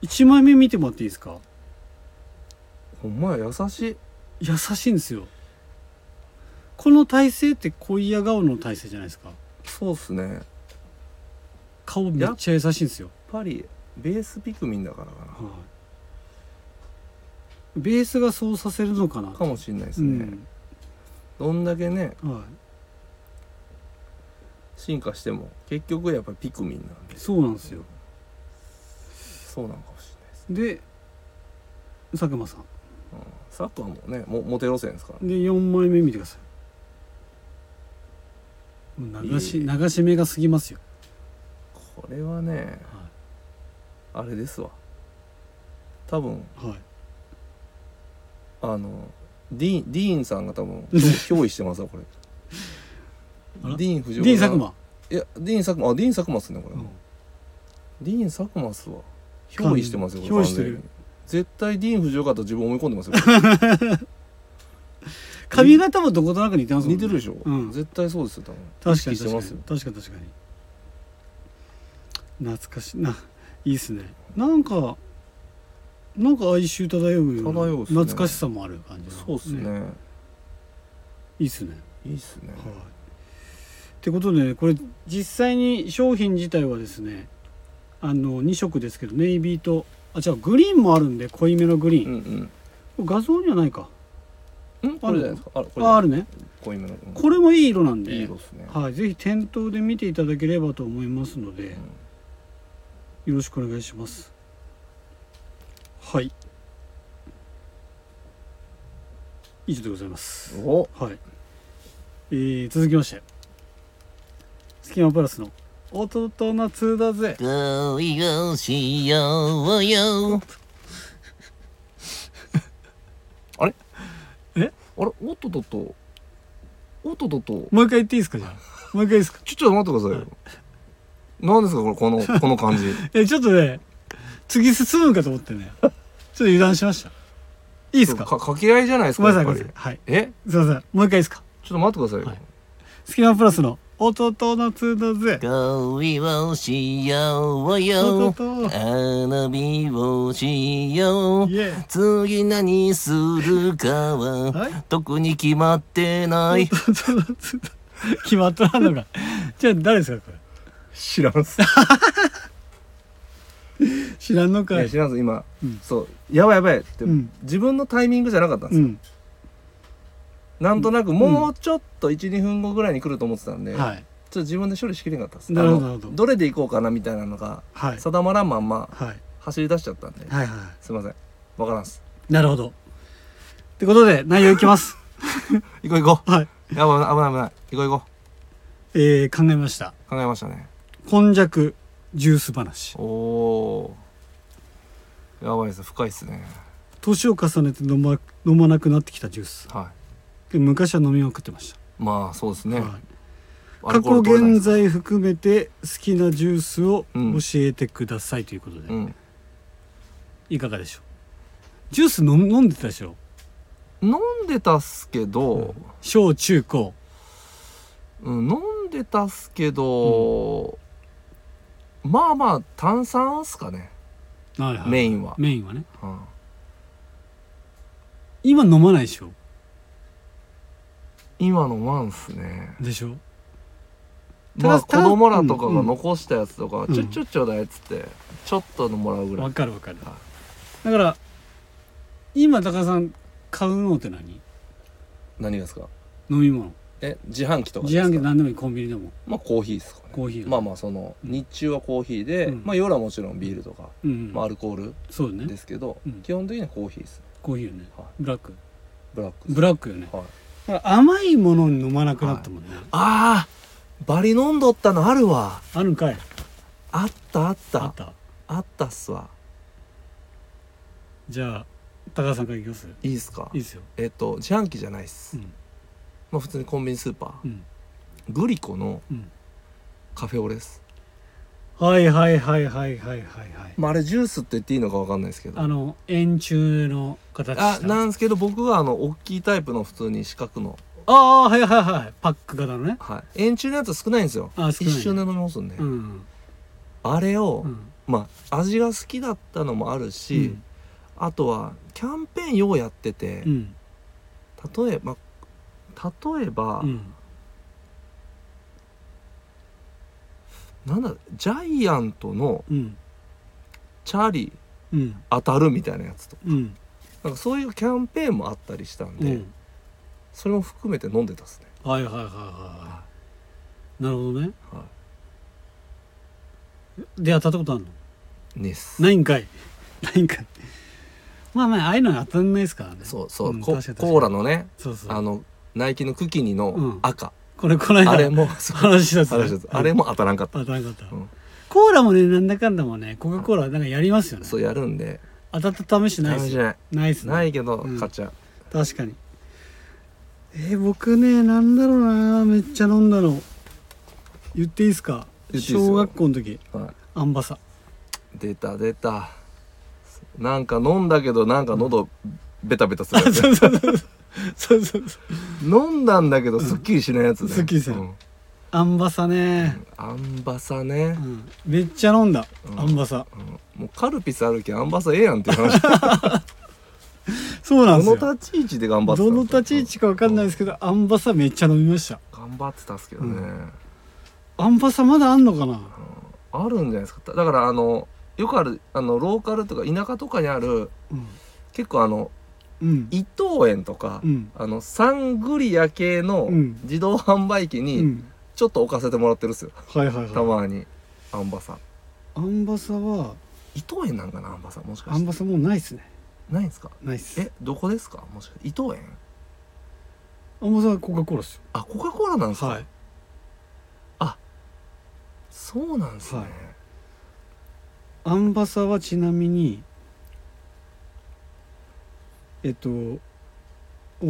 A: 一枚目見てもらっていいですか
B: ほんまや優しい
A: 優しいんですよ。この体勢って恋や顔の体勢じゃないですか。
B: そうっすねやっ
A: 顔めっちゃ優しいんですよ。
B: ぱりベースピクミンだからかな
A: はいベースがそうさせるのかな。
B: かもしれないです
A: う
B: ね、
A: ん。
B: どんだけね
A: は
B: 進化しても結局やっぱりピクミンなんで
A: い。そうなんですよ。
B: そうなのかもしれないです
A: で佐久間さん
B: うんサッカーもねもモテ路線ですから
A: で4枚目見てくださいもう流し
B: いい
A: 流し目が過ぎますよ、
B: これはね
A: は
B: あれですわ多分
A: いはい、
B: あのディーンディーンさんが多分 憑依してますわこれ
A: あら
B: ディーン藤
A: ディー
B: 岡
A: ン佐久間、
B: いやディーン佐久間あディーン佐久間っすねこれ、
A: うん
B: ディーン佐久間っすわ憑依してますよこれ
A: 憑依してる
B: 完全に絶対ディーン藤岡と自分思い込んでますよこ
A: 髪型もどことなく似てます
B: れ
A: もん、ね、
B: 似てるでしょ、
A: うん
B: 絶対そうですよ多分
A: 確か
B: 意
A: に
B: 識して
A: 確か
B: ま
A: に
B: すよ
A: 確かに確かに懐かしいないいっすねなんかなんか哀愁漂うような
B: 漂うっすね
A: 懐かしさもある感じの
B: そうっすね
A: いいっすね
B: いいっすね、
A: はい。ってことでねこれ実際に商品自体はですねあの2色ですけどネイビーとあ違うグリーンもあるんで濃いめのグリ
B: う
A: ーン、
B: んうん
A: 画像にはないか
B: んこれじゃないですかあこれ
A: ああるね
B: 濃いめの、うん
A: これもいい色なんで
B: いい色ですね
A: はい、ぜひ店頭で見ていただければと思いますので、よろしくお願いしますはい以上でございます
B: お
A: はい、えー続きましてスキマプラスの「弟夏だぜ
C: 恋をしようよ。
B: あれおっとっとっとおっとっとっと」
A: もう一回言っていいですかじゃあもう一回いいですか
B: ちょちょっと待ってくださいよ何ですかこれ このこの感じ
A: えちょっとね次進むかと思ってねちょっと油断しましたいいですか
B: か掛け合いじゃないです
A: ごめ
B: か
A: んな
B: や
A: さい
B: っ
A: ご
B: ぱ
A: めん
B: り
A: なさいはい
B: え
A: すいませんもう一回いいですか
B: ちょっと待ってくださいよ、
A: はいスキマプラスの「弟夏だぜ」
C: 恋をしようよ。
A: 弟
C: 花火をしよう。
A: イエー
C: 次何するか
A: イ
C: は
A: はい
C: 特に決まってない。
A: 弟夏だ決まっとらんのかじゃあ誰ですかこれ
B: 知らんっ す
A: 知らんの
B: い
A: か
B: や
A: い
B: 知らんっす今、
A: うん
B: そうやばいやばいって、
A: うん
B: 自分のタイミングじゃなかったんで
A: う
B: すよ、
A: ん
B: なんとなくもうちょっと12分後ぐらいに来ると思ってたんで、
A: はい
B: ちょっと自分で処理しきれなかったです
A: なるほど
B: あの
A: なるほど
B: れで行こうかなみたいなのが
A: はい
B: 定まらんまんま
A: はい
B: 走り出しちゃったんで、
A: はいは
B: すいませんわからんっす
A: いなるほどってことで内容いきます
B: 行こう行こ
A: はい、
B: うやばい危ない危ない行こう行こ
A: えー、考えました
B: う考えましたね
A: こんじゃくジュース話
B: おおーやばいです深いっすね
A: 年を重ねて飲ま飲まなくなってきたジュース
B: は
A: で昔は飲みまくってまし
B: いまあそうです
A: た、
B: ね、
A: はい
B: ア
A: 過
B: ルコー
A: 去
B: ル取れないで
A: 現
B: す
A: 在含めて好きなジュースを
B: うん
A: 教えてくださいということで、
B: うん
A: いかがでしょうジュース飲ん飲んでたでしょ
B: 飲んでたっすけど、
A: 小中高
B: うん、飲んでたっすけど、まあまあ炭酸っすかね
A: はいはい
B: メインは、
A: メインはね
B: うん
A: 今飲まないでしょ
B: 今のワンっすね
A: でしょ
B: まあ
A: ただ
B: 子供らとか
A: うんう
B: が
A: ん
B: 残したやつとか、
A: うん
B: ちょちょちょだいっつってちょっとのもらうぐら
A: わ
B: い
A: かるわかる
B: は
A: だから今高田さん買うのって何
B: 何がですか
A: 飲み物
B: え自販機とかです
A: 自
B: か
A: 販機何でもいいコンビニでも
B: まあコーヒーですかね
A: コーヒー
B: まあまあその
A: うん
B: 日中はコーヒーで、
A: うん
B: まあ夜はもちろんビールとか、
A: うんうん、
B: まあアルコール
A: そうだ
B: で
A: ね
B: すけど、
A: うん
B: 基本的にはコーヒーですね
A: コーヒーよね
B: はい
A: ブラック
B: ブラックです
A: ブラックよね
B: はい、
A: だから甘いものに飲まなくなったもんね、
B: あーバリ飲んどったのあるわ
A: あるんかい
B: あったあった
A: あった
B: あったっすわ
A: じゃあ高田さんからいきます
B: いいっすか
A: いいですよ
B: えっと自販機じゃないっす、
A: うん
B: まあ普通にコンビニスーパー、
A: うん
B: グリコの
A: うん
B: カフェオレです
A: はいはいはいはいはいはいはい
B: まあ、あれジュースって言っていいのかわかんないですけど
A: あ
B: あ
A: の円柱の形した
B: なんですけど僕はあの大きいタイプの普通に四角の、
A: ああはいはいはいパック型のね
B: はい、円柱のやつ少ないんですよ
A: あ少ない
B: 一瞬で飲みますんで、
A: うん
B: あれを、
A: うん
B: まあ味が好きだったのもあるし、
A: うん
B: あとはキャンペーンようやってて、
A: うん
B: 例えば例えば、
A: うん
B: なんだジャイアントの
A: うん
B: チャリ
A: うん
B: 当たるみたいなやつと
A: うん
B: なんかそういうキャンペーンもあったりしたん
A: う
B: で、
A: ん
B: それも含めて飲んでたっすね、
A: はいはいはいはいはいなるほどね
B: は
A: でやったことあるの
B: い、ねっす
A: ないんかいないんかいまあまあああいうのは当たんないですからね
B: そうそう、
A: うん
B: コ
A: 確かに確かに
B: コーラのね
A: そうそう
B: あのナイキのクキニ
A: うん
B: の赤、
A: これこの
B: あれ
A: 間
B: もそう
A: 話したやつ
B: あ
A: ね
B: れですあれも当たらんかった、
A: 当たらなかった
B: うん
A: コーラもねなんだかんだもねコカ・コーラなんかやりますよね
B: そうやるんで
A: 当たった試しない
B: ダ
A: で
B: メ
A: す
B: じ
A: よ
B: ゃない
A: ないっすね
B: ないけど、
A: うん
B: 買っちゃう
A: 確かにえー僕ねなんだろうなめっちゃ飲んだの言っていいですか
B: 言っていいっすよ
A: 小学校の時
B: は
A: アンバ サ
B: い、出た出たなんか飲んだけどなんか喉ベタベタするや つ、
A: そうそうそうそうそうそう
B: 飲んだんだけどすっきりしないやつね、
A: すっきりせん
B: うん
A: アンバサね、
B: アンバサね
A: う、ん、めっちゃ飲んだ、
B: うん
A: アンバサ
B: うんもうカルピスあるけんアンバサええやんっていう話ど
A: そうなんですよ
B: の立ち位置で頑張ってた
A: どの立ち位置かわかんないですけど、アンバサめっちゃ飲みました
B: うん頑張ってたっすけどね、
A: うアンバサまだあんのかな
B: あるんじゃないですかだからあのよくあるあのローカルとか田舎とかにある
A: うん
B: 結構あの
A: うん
B: 伊藤園とか、
A: うん
B: あのサングリア系の
A: うん
B: 自動販売機
A: う
B: に
A: ん
B: ちょっと置かせてもらってるっすよ
A: はいはい
B: た
A: はい
B: まにアンバサ
A: アンバサは
B: 伊藤園なんかなアンバサもしか
A: ア
B: し
A: ン
B: て
A: バサもうないっすね
B: ないんですか
A: ないっす
B: えどこですかもしかして伊藤園
A: アンバサはコカ・コーラっす
B: あコカ・コーラなんです
A: よ
B: か、
A: はい
B: そうなんですね、
A: はいアンバサはちなみにえっと終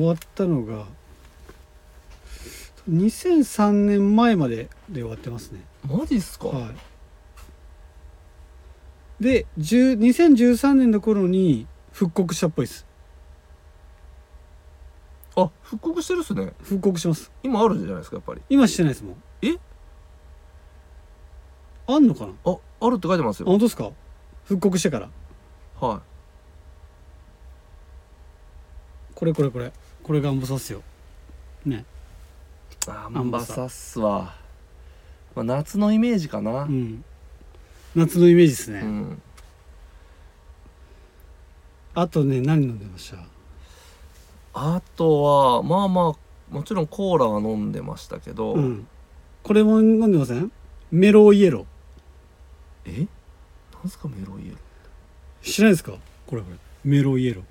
A: わったのが2003年前までで終わってますね
B: マジっすか、
A: はいで10 2013年の頃に復刻したっぽいです
B: あ復刻してるっすね
A: 復刻します
B: 今あるじゃないですかやっぱり
A: 今してないですもん
B: え
A: あんのかなあ
B: ああるって書いてますよ
A: 本当ですか復刻してから
B: は
A: これこれこれこれがアンバサっすよね
B: いあ
A: ンバサ
B: アンバサっすわ、まあ、夏のイメージかな
A: うん夏のイメージですね、
B: うん
A: あとね何飲んでました
B: あとはまあまあもちろんコーラは飲んでましたけど、
A: うんこれも飲んでませんメロイエロ
B: えなんすかメロイエロ
A: 知らないですかこれこれメロイエロ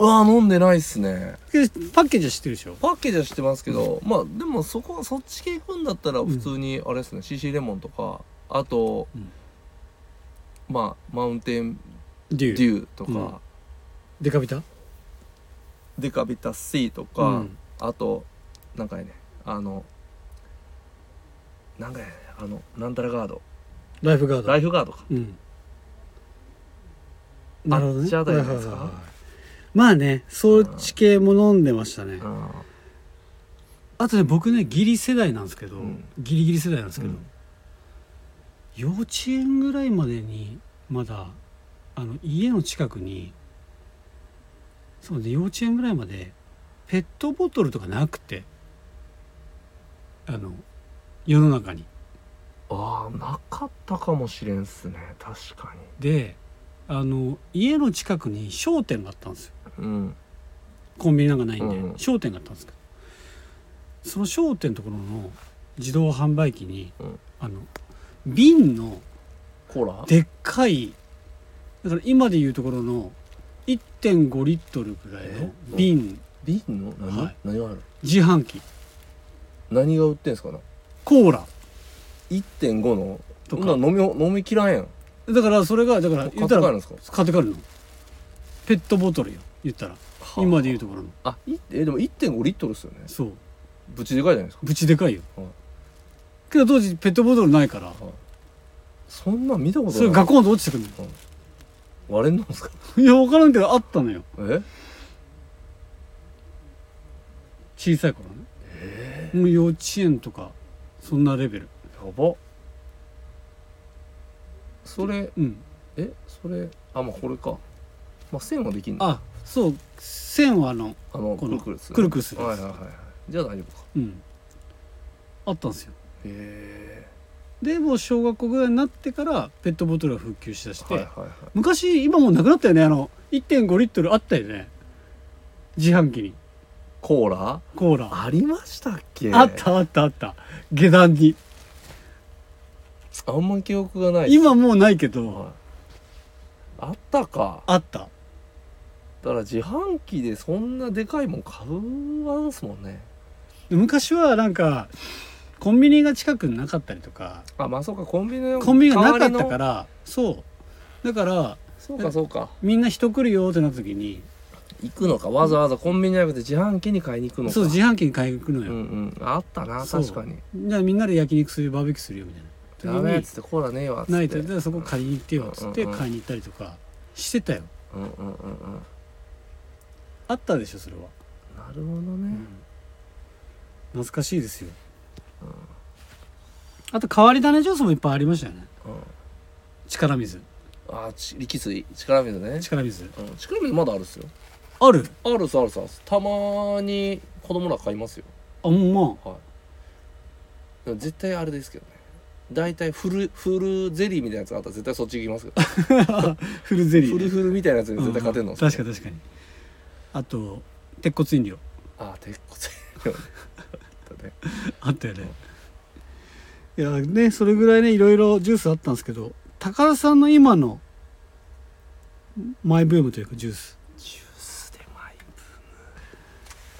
B: うわ飲んでないっすね
A: けどパッケージは知ってるでしょ
B: パッケージは知ってますけど、まあでもそこはそっち系行くんだったら
A: うん
B: 普通にあれですね、CC レモンとかあと、
A: うん
B: まあマウンテン
A: デュ
B: デ
A: ー
B: ューとか、
A: うんデカビタ
B: デカビタ C とか、
A: うん
B: あとなんかやねあのなんかやねあのなんたらガード
A: ライフガード
B: ライフガードか
A: うんなるほど
B: あっ
A: ね
B: ちあたりですか
A: はいはいはいはいまあねそっち系も飲んでましたね
B: うん
A: あとね僕ねギリ世代なんですけど、
B: うん
A: ギリギリ世代なんですけ
B: う
A: ど、
B: ん
A: 幼稚園ぐらいまでにまだあの家の近くにそうね幼稚園ぐらいまでペットボトルとかなくてあの世の中に
B: ああなかったかもしれんっすね確か
A: であの家の近くに商店があったんですよ
B: にうん
A: コンビニなんかないんで、
B: うんうん
A: 商店があったんですけどその商店のところの自動販売機に、
B: うん
A: あの瓶の
B: コーラ
A: でっかいだから今でいうところの1.5リットルぐらいの
B: え
A: 瓶
B: 瓶の何、
A: はい
B: 何がある
A: 自販機
B: 何が売ってんすかな
A: コーラ
B: 1.5の
A: と
B: そ
A: か
B: んな飲み飲みきらんやん
A: だからそれがだから
B: 買って
A: 言っ
B: 帰
A: た
B: るん
A: ら
B: ですか
A: 買って帰るのペットボトルよ言ったら今でいうところの
B: あいえでも1.5リットルっすよね
A: そう
B: ぶちでかいじゃないですか
A: ぶちでかいよ、
B: はい
A: けど当時ペットボトルないから
B: そんなん見たことない
A: それガコンと落ちてくる
B: 割れんのですか
A: のいや分からんけどあったのよ
B: え
A: 小さい頃ね、もう幼稚園とかそんなレベル
B: やばそれ
A: うん
B: えそれあまあこれかまあ線はできんのあ
A: あそう線はあのこ
B: のくる
A: の
B: くるする
A: くるくるするやつ
B: はいはいはいはいじゃあ大丈夫か
A: うんあったんですよ
B: へ
A: でもう小学校ぐらいになってからペットボトルが復旧しだし
B: え
A: て、
B: はいはいはい
A: 昔今もうなくなったよねあの1.5リットルあったよね自販機に
B: コーラ
A: コーラあ,、
B: ありましたっけ
A: ったあったあった下段に
B: あんま記憶がないっす
A: 今もうないけど、
B: はいあったか
A: あった
B: だから自販機でそんなでかいもん買うわんすもんね
A: 昔はなんかコンビニが近くになかったりとか
B: あまあそうかコンビニの
A: コンビニがなかったかららそうだから
B: そうかそうか
A: みんな人来るよってなった時に
B: 行くのかわざわざコンビニじゃなくて自販機に買いに行くのか
A: そう自販機に買いに行くの
B: うん
A: よ、
B: うんあったな
A: そう
B: 確かに
A: じゃあみんなで焼肉するよバーベキューするよみたいな時
B: ダ
A: に
B: メっつってコーラねえわっつって
A: ないとじゃあそこ借りに行ってよっつって
B: うんうんうん
A: 買いに行ったりとかしてたよ
B: うんうんうんうん
A: あったでしょそれは、
B: なるほどね
A: 懐かしいですよ、あと変わり種ジュースもいっぱいありましたよね
B: うん
A: 力水
B: あち力水力水ね
A: 力水
B: うん力水まだあるっすよ
A: ある
B: あるっすあるっすあるっすたまに子供ら買いますよ
A: あんま
B: はいでも絶対あれですけどね大体フルフルゼリーみたいなやつがあったら絶対そっち行きますよ
A: フルゼリー
B: フルフルみたいなやつに絶対勝てんの、
A: うん確かに確かにあと鉄骨飲料
B: ああ鉄骨よねだね
A: あったよねいやねそれぐらいねいろいろジュースあったんですけど高田さんの今のマイブームというかジュース
B: ジュースでマイ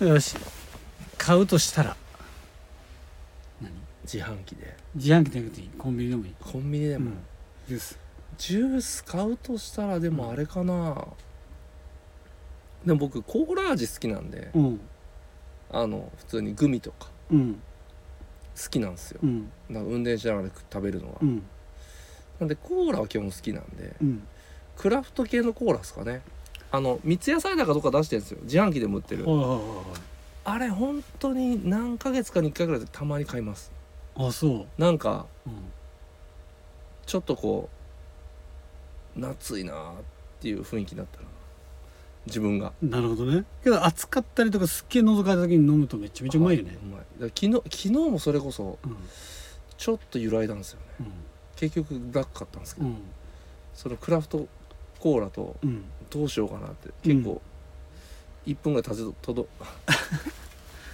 A: だからし買うとしたら
B: 自販機で
A: 自販機じゃなくていいコンビニでもいい
B: コンビニでも、
A: うんジュース
B: ジュース買うとしたらでもあれかな、でも僕コーラ味好きなんで、
A: うん
B: あの普通にグミとか
A: うん
B: 好きなんですよ
A: うん
B: なんか運転しながら食べるのは、
A: うん
B: なんでコーラは基本好きなんで
A: うん
B: クラフト系のコーラですかねあの三ツ矢サイダーかどっか出してるんですよ自販機でも売ってる
A: はいはいはい
B: あれ本当に何ヶ月かに1回ぐらいでたまに買います
A: はいあそ
B: なんか
A: う、うん
B: ちょっとこう夏いなーっていう雰囲気になったら自分が
A: なるほどねけど暑かったりとかすっげえ喉乾いた時に飲むとめちゃめちゃうまいよね
B: あうまいだから昨日昨日もそれこそ
A: うん
B: ちょっと揺らいだんですよね
A: う
B: 結局ブラック買ったんですけど、
A: ん
B: そのクラフトコーラと
A: うんうん
B: どうしようかなって結構1分ぐらい立ちとど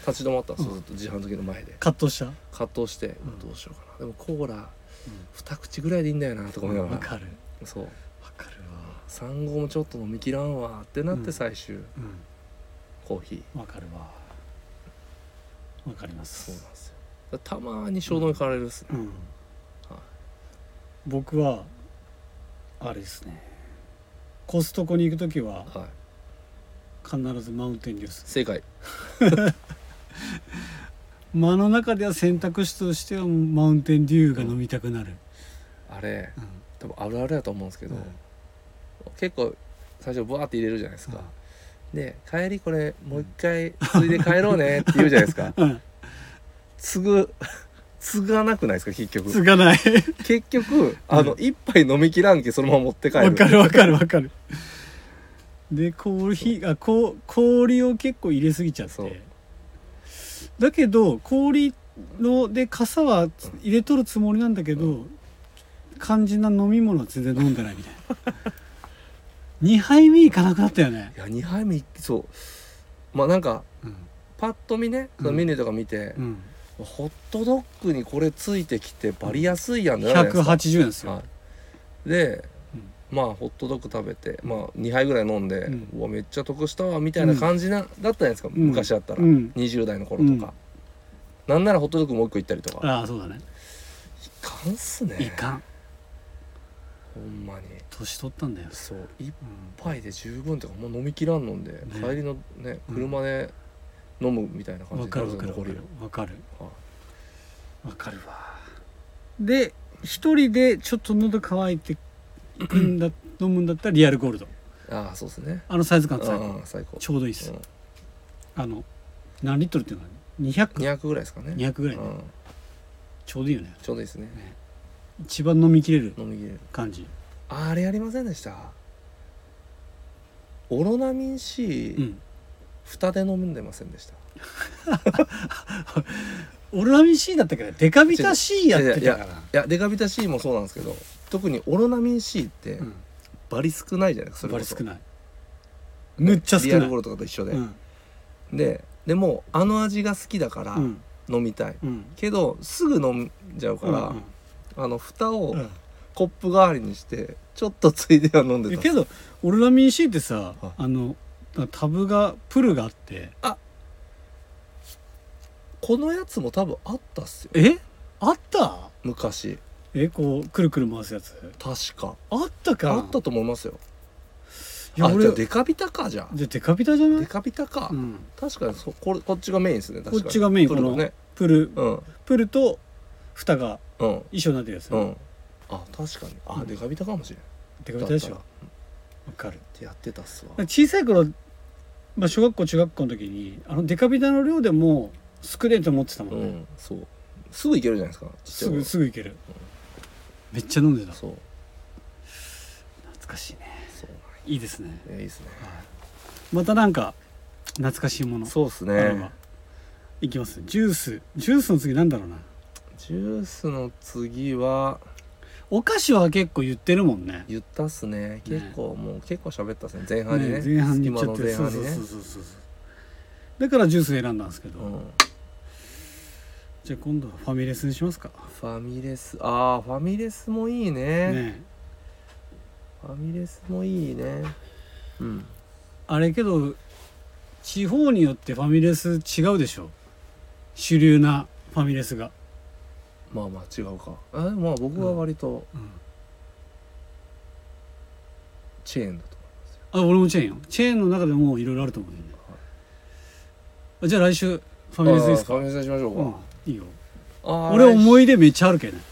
B: 立ち止まったんですよずっと自販機の前で
A: 葛藤した
B: 葛藤して、
A: うん
B: どうしようかなでもコーラ2口ぐらいでいいんだよなとか思いなが
A: わ
B: ら
A: かる
B: そう
A: わかるわ
B: 3合もちょっと飲みきらんわってなっ
A: うん
B: て最終、
A: う
B: コーヒー
A: んわかるわわかりま
B: そうなん
A: す
B: ですよだからたまに衝動に駆られるっすね、
A: うん
B: はい
A: 僕はあれですねコストコに行く時は
B: はい
A: 必ずマウンテンデュース
B: 正解
A: 間の中では選択肢としてはマウンテンデューが飲みたくなる、
B: あれ
A: うん
B: 多分あるあるやと思うんですけど、
A: うん
B: 結構最初バーって入れるじゃないですか、で帰りこれもう一回ついで帰ろうねって言うじゃないですか
A: うん
B: 継ぐ継がなくないですか結局
A: つかない
B: 結局あの一杯飲みきらんけそのまま持って帰
A: わ
B: る
A: か るわかるわかるでコーヒーあこう氷を結構入れすぎちゃっ
B: そう
A: てだけど氷ので傘は入れとるつもりなんだけど、肝心な飲み物は全然飲んでないみたいな2杯目いかなくなったよね
B: い、や2杯目いそうまあなんか
A: うん
B: パッと見ね
A: うん
B: そのメニューとか見て
A: う、ん、
B: ホットドッグにこれついてきてバリやすいやんってなるじゃないですか
A: 180円ですよ、
B: はい、で、まあホットドッグ食べて、まあ、2杯ぐらい飲んで、
A: うん
B: うわめっちゃ得したわみたいな感じな、だったじゃないですか、
A: ん
B: 昔だったら、
A: うん
B: 20代の頃とか、なんならホットドッグもう一個行ったりとか
A: ああそうだね
B: いかんっすね
A: いかん
B: ほんまに
A: 年取ったんだよ、
B: そう一
A: うん
B: 杯で十分とかもう飲みきらんのんで、帰りのね車で飲むみたいな感じ
A: わ
B: に
A: か
B: な
A: る
B: じ
A: わ
B: ゃ
A: かる
B: ん残りを
A: わかる
B: はい
A: わかるわで一人でちょっと喉乾いていくんだ飲むんだったらリアルゴールド
B: ああそうですね
A: あのサイズ
B: う
A: 感最高
B: ん最高
A: ちょうどいいです、
B: うん
A: あの何リットルっていうのは200200
B: 200ぐらいですかね
A: ぐらい、
B: うん、
A: ちょうどいいよね
B: ちょうどいいですね
A: 一番飲みきれる
B: 飲みきれる
A: 感じ
B: あれやりませんでしたオロナミン C、
A: うん
B: 蓋で飲んでませんでした
A: オルナミン C だったっけどデカビタ C やってたから
B: いやデカビタ C もそうなんですけど特にオロナミン C って
A: うん
B: バリ少ないじゃないですか、
A: バリ
B: そ
A: 少
B: れこ
A: ないむっちゃ
B: そ
A: 少
B: リア
A: な
B: ル
A: い
B: ゴールとかと一緒で、
A: うん
B: ででもあの味が好きだから
A: うん
B: 飲みたい、
A: うん
B: けどすぐ飲んじゃうか
A: うん
B: ら、あの蓋を
A: うん
B: コップ代わりにしてちょっとついでは飲んで
A: え
B: た
A: けどオルナミン C ってさ
B: はい
A: あのタブがプルがあって
B: このやつも多分あったっすよ
A: えあった
B: 昔
A: えこうくるくる回すやつ
B: 確か
A: あったか
B: あったと思いますよ
A: いや
B: あじ
A: 俺
B: ゃあデカビタかじゃん
A: でデカビタじゃな
B: デ
A: い
B: カビタか、
A: うん
B: 確かにそこれこっちがメインですね確かに
A: こっちがメイン
B: プロね
A: プル
B: うん
A: プルと蓋が
B: うん
A: 一緒になってるやつ、
B: うんあ確かにあ、
A: うん
B: デカビタかもしれん
A: デカビタでしょ
B: だ
A: わ
B: っ
A: かる
B: たらってやってたっすわ
A: 小さい頃、まあ、小学校中学校の時にあのデカビタの量でも少ねえと思ってたも
B: うん
A: ね、
B: んそうすぐいけるじゃないですかちっちゃ
A: す
B: い頃
A: ぐすぐいける、めっちゃ飲んでた
B: そう
A: 懐かしいね
B: そうなん
A: いいですね
B: やいいですね
A: またなんか懐かしいもの
B: そうっす
A: あれば、
B: ね
A: いきますジュースジュースの次なんだろうな
B: ジュースの次は
A: お菓子は結構言ってるもんね
B: 言ったっすね結構もう結構喋ったっすね前半にね
A: 前半に
B: 隙
A: 言っ
B: 間
A: ちゃ
B: の
A: って
B: 前
A: そ
B: 半
A: うそ
B: に
A: う
B: ね
A: そうそうそうだからジュース選んだんですけど、
B: うん
A: じゃあ今度はファミレスにしますか
B: ファミレスああファミレスもいいね
A: ねえ
B: ファミレスもいいねうん
A: あれけど地方によってファミレス違うでしょ主流なファミレスが、
B: まあまあ違うかえまあ僕は割と
A: うん
B: チェーンだと
A: あ俺もチェーンよチェーンの中でもいろいろあると思うんだよね、あじゃあ来週ファミ
B: 思
A: レ
B: いま
A: ス
B: す
A: ですか
B: あーファミレスにしましょう
A: うん
B: か、
A: いいよ
B: あー
A: 俺思い出めっちゃあるけどね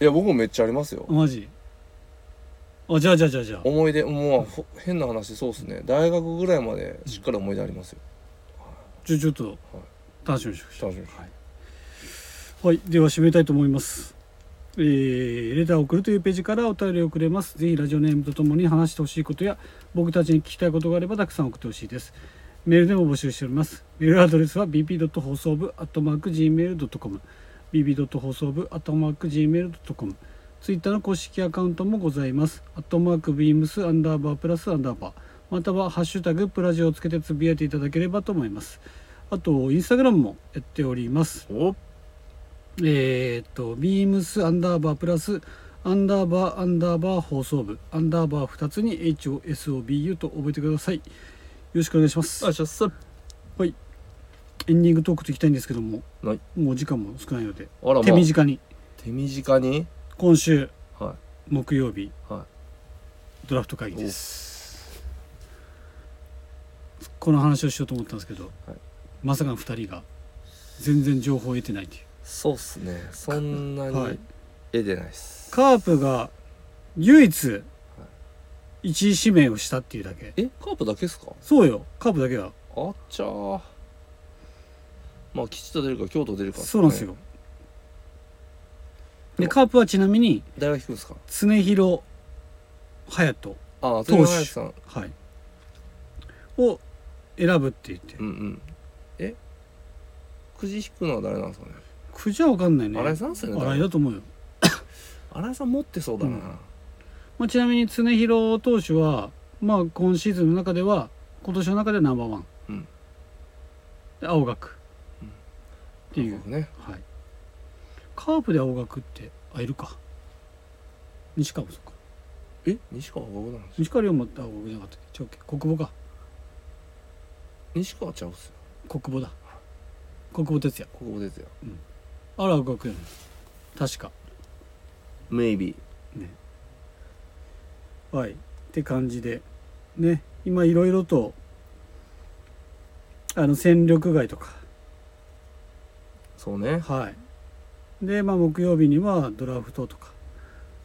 B: いや僕もめっちゃありますよ
A: マジあじゃあじゃあじゃあじゃあ
B: 思い出もうほ変な話そうっすね大学ぐらいまでしっかり思い出ありますよ
A: じゃあちょっと楽しみにしましょ
B: 楽しみです
A: うはいでは締めたいと思いますえー、レターを送るというページからお便りをくれますぜひラジオネームとともに話してほしいことや僕たちに聞きたいことがあればたくさん送ってほしいですメールでも募集しておりますメールアドレスは bp. 放送部 .gmail.com bb. 放送部 .gmail.com ツイッターの公式アカウントもございます。アットマークビームスアンダーバープラスアンダーバー。またはハッシュタグプラジオをつけてつぶやいていただければと思います。あと、インスタグラムもやっております。
B: お
A: えーっと、ビームスアンダーバープラスアンダーバーアンダーバー放送部。アンダーバー2つに HOSOBU と覚えてください。よろしくお願いします。
B: しゃっさ
A: エンディングトークといきたいんですけども、
B: はい
A: もう時間も少ないので、
B: あらまあ
A: 手短に
B: 手短に
A: 今週
B: は
A: 木曜日
B: いは
A: ドラフト会議
B: い
A: です。
B: す
A: この話をしようと思ったんですけど、
B: はい
A: まさかの2人が全然情報を得てないという
B: そうっすねそんな
A: は
B: に
A: い
B: 得てないっす
A: カープが唯一1位指名をしたっていうだけ
B: えカープだけっすか
A: そうよカープだけだ
B: あっちゃーまあ吉田出るか京都出るかっね
A: そうなんですよでカープはちなみに
B: 誰が引くんですか
A: 常広隼人
B: あ
A: 投
B: あ
A: 手
B: 豊林さん
A: はいを選ぶって言って
B: うんうんえくじ引くのは誰なんですかね
A: くじは分かんないね
B: 新井さんっすよね
A: 新井だと思うよ、
B: 新井さん持ってそうだな、
A: うんまあ、ちなみに常広投手はまあ今シーズンの中では今年の中ではナンバーワン、
B: うん
A: で青学、
B: うん
A: っていう
B: ね
A: はい。カープで青学って、あ、いるか。西川もそうか。
B: え西川僕なんですよ
A: 西川龍馬って青学じゃなかったっけ違うっけ国母か。
B: 西川ちゃうっすよ
A: 国母だ。国母哲也。
B: ここですよ
A: あら、青学やね確か。
B: メイビ
A: はい。って感じで。ね。今、いろいろと、あの、戦力外とか。
B: そうね、
A: はい。で、まあ、木曜日にはドラフトとか、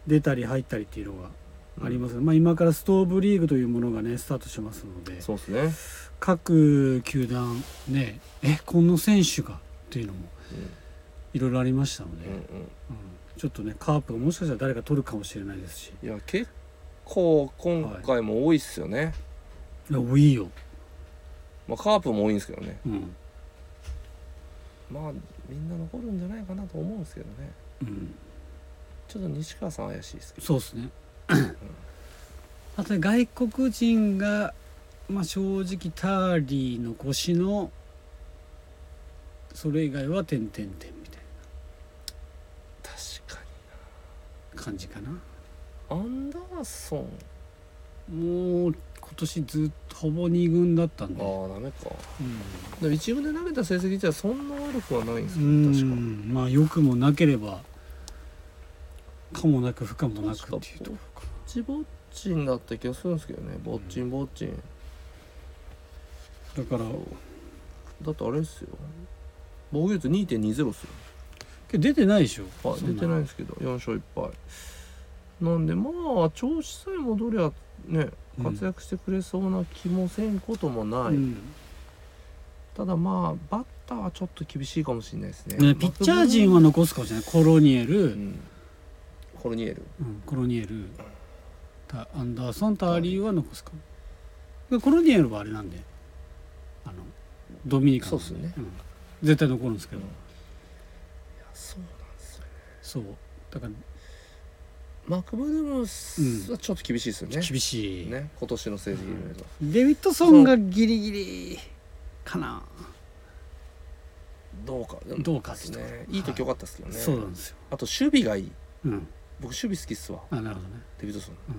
A: 出たり入ったりっていうのがありますす、まあ、今からストーブリーグというものがね、スタートしますので。
B: そうっすね
A: 各球団ねえこの選手がっていうのもいろいろありましたので、
B: うん
A: うん
B: うん
A: ちょっとねカープがもしかしたら誰か取るかもしれないですし
B: いや結構今回も多いっすよね、
A: いや多いよ、
B: まあカープも多いんですけどね
A: うん
B: まあみんな残るんじゃないかなと思うんですけどね
A: うん、
B: ちょっと西川さん怪しいですけど
A: そうです ねあとね外国人が、まあ、正直ターリー残しのそれ以外は点々点みたい
B: 確か
A: な感じかな
B: にアンダーソン
A: もう今年ずっとほぼ2軍だったんで、
B: ああダメか
A: うん
B: でも一軍で投げた成績じゃそんな悪くはないんです
A: う
B: よね確か
A: んまあ良くもなければかもなく不可もなくっていうとこか
B: ぼっちぼっちんだった気がするんですけどねぼっちんぼっちん
A: だから
B: だってあれっすよ防御率2.20っす
A: けど出てないでしょ、
B: よ、はい、出てないんですけど4勝1敗なんでまあ調子さえ戻りゃね
A: うん
B: 活躍してくれそうな気もせんこともない、
A: うん
B: ただまあバッターはちょっと厳しいかもしれないですね
A: ね、ピッチャー陣は残すかもしれないコロニエル、
B: うんコルニエル
A: うんコロニエルタアンダーソンターリーは残すかもでコロニエルはあれなんであのドミニカンなん
B: そうっすね
A: ん絶対残るんですけど、
B: うんいやそうなんですよね
A: そうだから
B: マクブルームはちょっと厳しいですよね,、
A: 厳しい、
B: ね今年の成績見ると
A: デビッドソンがギリギリかな、
B: どうかで
A: どうかっ
B: で
A: て
B: す
A: ところ
B: ねいい時よかったですけどね、
A: そうなんですよ
B: あと守備がいい
A: うん
B: 僕守備好きっすわ
A: あなるほどね、
B: デビッドソン
A: うん、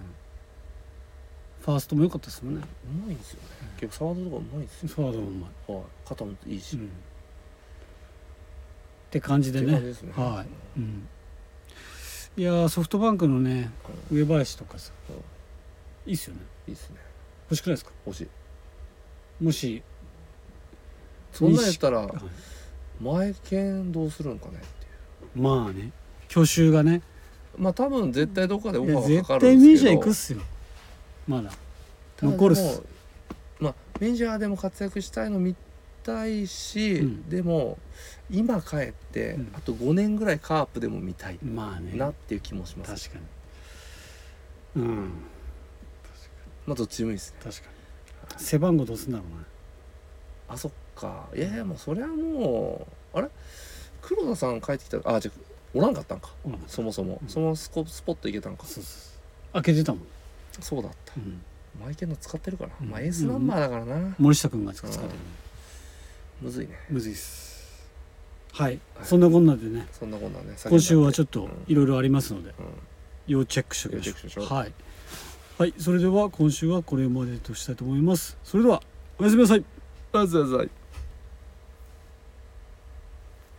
A: ファーストも良かったですもんね
B: うまいんですよね結構サワードとかうまいんですよ、
A: フォワードもうまい、
B: はい、肩もいいし、
A: うん、って感じで
B: って感
A: ね
B: じですね
A: はいうん、いやーソフトバンクのね上林とかさ
B: うん
A: いいっすよね
B: いいっすね
A: 欲しくないですか
B: 欲しい
A: もし
B: そんなんやったら
A: はい
B: 前剣どうするんかねってい
A: まあね去就がね
B: うまあ多分絶対どっかでオ
A: い
B: フ
A: や
B: ァーがか
A: 絶
B: かる
A: 対
B: ん
A: メ
B: で
A: ジ
B: す
A: ャー
B: け
A: 行くっ
B: ど
A: すよまだ
B: ただ
A: 残るっ
B: ですもまあメジャーでも活躍したいの見たいし、
A: うん
B: でも今帰って、
A: うん
B: あと5年ぐらいカープでも見たい
A: まあね
B: なっていう気もします、
A: 確かにうん
B: まあどっちでもいいですね
A: 確かに背番号どうすんだろうな
B: あそっかいやいやもうそれはもうあれ黒田さん帰ってきたあじゃあおらんかったんか
A: おらんかった
B: そもそも、
A: うん
B: そのスコスポット行けたんか
A: そうそうそう開けてたもん、
B: そうだった
A: うん、
B: マイケルの使ってるから、
A: うん
B: まあエースナンバーだからな、
A: 森下君が使ってる
B: むずいね
A: むずいっすはい、
B: はい
A: そんなこんなでね
B: そんなこんなんね
A: 今週はちょ
B: っ
A: っといろいろありますので、要チェックしておきましょ
B: 要チェックし
A: う
B: ましょう
A: はい、はい、それでは今週はこれまでとしたいと思いますそれではおやすみなさい
B: とあざあざい